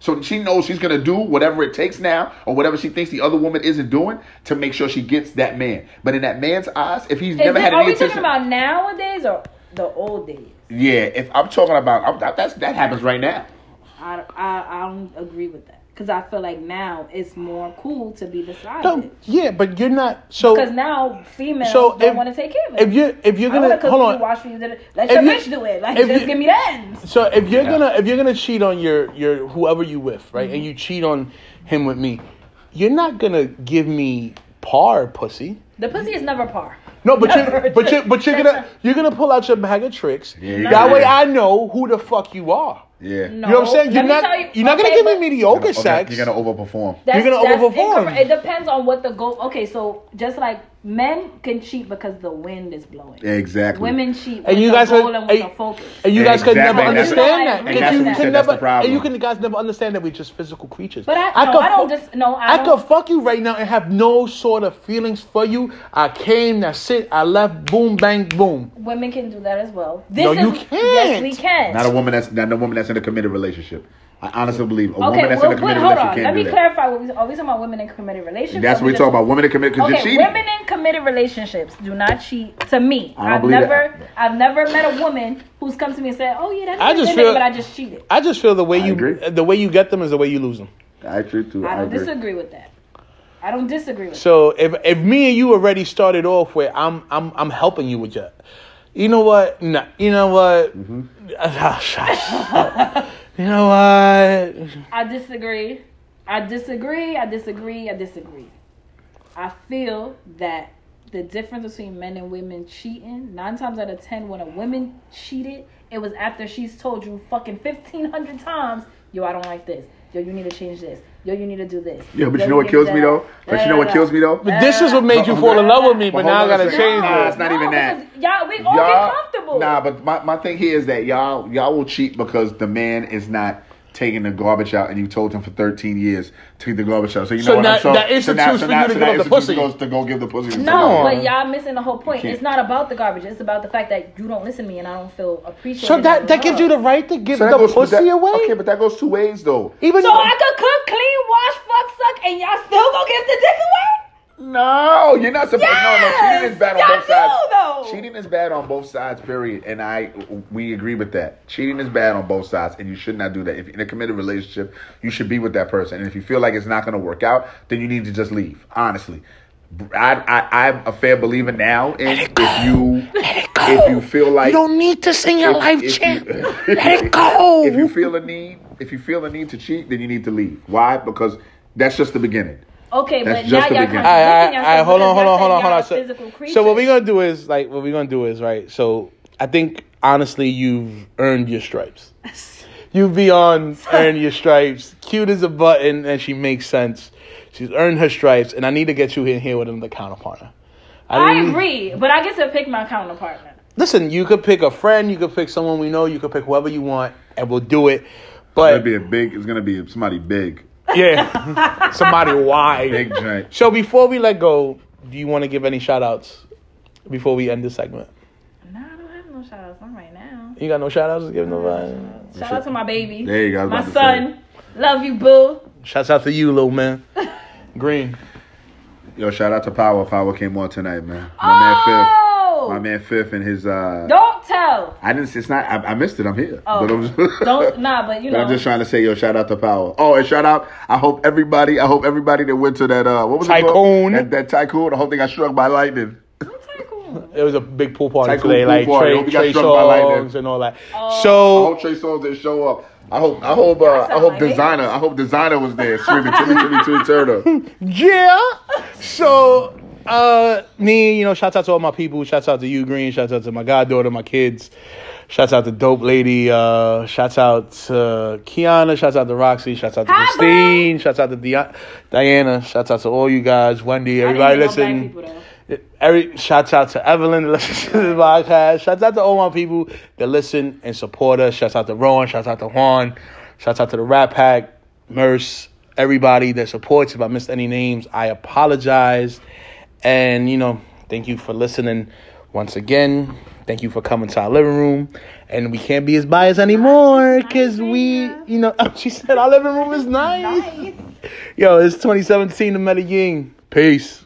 So she knows she's gonna do whatever it takes now, or whatever she thinks the other woman isn't doing, to make sure she gets that man. But in that man's eyes, if he's
Is
never
it-
had
are
any
we
intention,
talking about nowadays or the old days?
yeah, if I'm talking about I'm, that, that's that happens right now.
I, I, I don't agree with that because I feel like now it's more cool to be
No,
decided.
yeah, but you're not. So
Because now females
So
don't
if-
want to take care of it.
if you if you're
I wanna
gonna
cook
hold
for you,
on,
wash for you, da- da- let
If
your
you-
bitch do it. Like
if
just
you-
give me the ends.
So if you're
Yeah.
gonna if you're gonna cheat on your your whoever you with, right,
Mm-hmm.
and you cheat on him with me, you're not gonna give me par pussy.
The pussy is never par.
No, but
Never.
you but you but you're gonna you're gonna pull out your bag of tricks.
Yeah, yeah,
that
yeah.
way I know who the fuck you are.
Yeah,
No.
You know what I'm saying? You're
Let me
not
tell you-
you, are not gonna
okay,
give me
but-
mediocre
Okay,
sex.
You're gonna overperform.
That's,
gonna
that's
overperform.
incorrect. It depends on what the goal. Okay, so just like men can cheat because the wind is blowing.
Exactly.
Women cheat with
and you
the
guys
goal
are,
and
and,
with the focus.
and you guys could
Exactly,
never
and that's-
understand
And
that.
that's
you
what we
can
said,
that's
never,
the problem.
and you can guys never understand that we're just physical creatures.
But I- no,
could
I don't
fuck-
just- no, I don't-
could fuck you right now and have no sort of feelings for you. I came, that's it. I left. Boom, bang, boom.
Women can do that as well. This
No,
is,
you
Yes,
can't.
we can.
Not a woman that's not a woman that's in a committed relationship. I honestly believe a
Okay,
woman that's
well,
in a
wait,
committed
hold
relationship
on.
can't
Let
do
me
that.
clarify. What we, are we talking about women in committed relationships?
That's
or
what we
just-
talk about. Women in committed because
Okay,
you're cheating.
women in committed relationships do not cheat. To me,
I don't
I've
believe that.
never, I've never met a woman who's come to me and said, "Oh yeah, that's
I
I
just
just
feel-
but I just cheated."
I just feel the way
I
you
agree.
the way you get them is the way you lose them.
I agree too.
I
I
don't
agree.
disagree with that. I don't disagree with
So if if me and you already started off where I'm I'm I'm helping you with your, you know what? Nah, you know what? you know what?
that. I disagree. I disagree. I disagree. I disagree. I feel that the difference between men and women cheating nine times out of ten, when a woman cheated, it was after she's told you fucking fifteen hundred times, "Yo, I don't like this. Yo, you need to change this. Yo, you need to do this."
Yeah, but
Yo,
you know what
need
kills
to-
me though. But you know what kills me though.
But this is what made you fall in love with me, but
Well,
now I
hold on a
gotta
second.
change
Nah, it's
it.
not even that.
because Y'all, we all
Y'all-
get comfortable.
Nah, but my, my thing here is that y'all y'all will cheat because the man is not taking the garbage out, and you told him for thirteen years to get the garbage out. So you know
So
what
now-
I'm saying?
that is
so
the
now-
truth
so
for
now-
you to
so
give
now
up
it's
the
truth
pussy.
Goes to go give the pussy. to
No,
somebody.
but y'all missing the whole point.
can't.
It's not about the garbage. It's about the fact that you don't listen to me and I don't feel appreciated.
So that
and
that gives you the
loved.
right to give
So that
the
goes- but
pussy
that-
away.
Okay, but that goes two ways though.
Even
So I could cook, clean, wash, fuck, suck, and y'all still gonna give the dick away?
No, you're not supposed. No, no, cheating is bad on
Yes!
both sides.
Y'all do, though.
Cheating is bad on both sides. Period. And I, we agree with that. Cheating is bad on both sides, and you should not do that. If you're in a committed relationship, you should be with that person. And if you feel like it's not going to work out, then you need to just leave. Honestly, I, I, I'm a fair believer now. In if you, if you feel like
need to sing your
if- if you- If you feel a need, if you feel a need to cheat, then you need to leave. Why? Because that's just the beginning.
Okay,
That's
but
just
now
the
y'all
beginning.
contradicting
All right, all right, all right,
yourselves
hold on,
because
hold on,
y'all
hold on,
saying
hold
y'all
on.
are physical
So,
creatures.
so what we're gonna do is like what we're gonna do is right. So I think honestly, you've earned your stripes. You beyond earned your stripes. Cute as a button, and she makes sense. She's earned her stripes, and I need to get you in here with another counterpart.
I
didn't-
agree, but I get to pick my counterpart. now.
Listen, you could pick a friend, you could pick someone we know, you could pick whoever you want, and we'll do it.
It's gonna
But
be a big. It's gonna be somebody big,
yeah, somebody wide.
big giant.
So before we let go, do you want to give any shout outs before we end this segment?
Nah, I don't have no shout outs. Not right now.
You got no shout outs to give nobody?
Shout out to my baby.
There you go, I was
My
about to say it.
son. Love you, boo.
Shouts out to you, little man. Green.
Yo, shout out to Power. Power came on tonight, man. My
Oh!
man Fifth. My man Fifth and his. uh
Don't tell.
I didn't. It's not. I, I missed it. I'm here.
Oh,
But I'm,
don't nah, but you
But
know.
I'm just trying to say, yo, shout out to Power. Oh, and shout out. I hope everybody. I hope everybody that went to that. uh What was it
Tycoon.
called? That, that tycoon. The whole thing got struck by lightning.
I'm tycoon.
It was a big pool party
Tycoon
today,
pool
like
party.
Trey,
Hope you got
Trey
struck by lightning.
songs and all that.
I hope
So
Trey Songz didn't show up. I hope. I hope. Uh, I
sound
hope
like
designer. I hope designer was there screaming Timmy Timmy Timmy Turner.
yeah. So uh me, you know, shouts out to all my people. Shouts out to you, Green. Shouts out to my goddaughter, my kids. Shouts out to Dope Lady. Uh, shouts out to Kiana. Shouts out to Roxy. Shouts out to
Hi, bro.
Christine. Shouts out to Dia- Diana. Shouts out to all you guys. Wendy, everybody
I didn't
listen.
know black people,
Every shouts out to Evelyn that listens to this podcast. Shouts out to all my people that listen and support us. Shouts out to Rowan. Shouts out to Juan. Shouts out to the Rat Pack, Merce, everybody that supports. If I missed any names, I apologize. And you know, thank you for listening once again. Thank you for coming to our living room. And we can't be as biased anymore because we, you know, she said our living room is nice.
though.
Yo, it's 2017 to Medellin. Peace.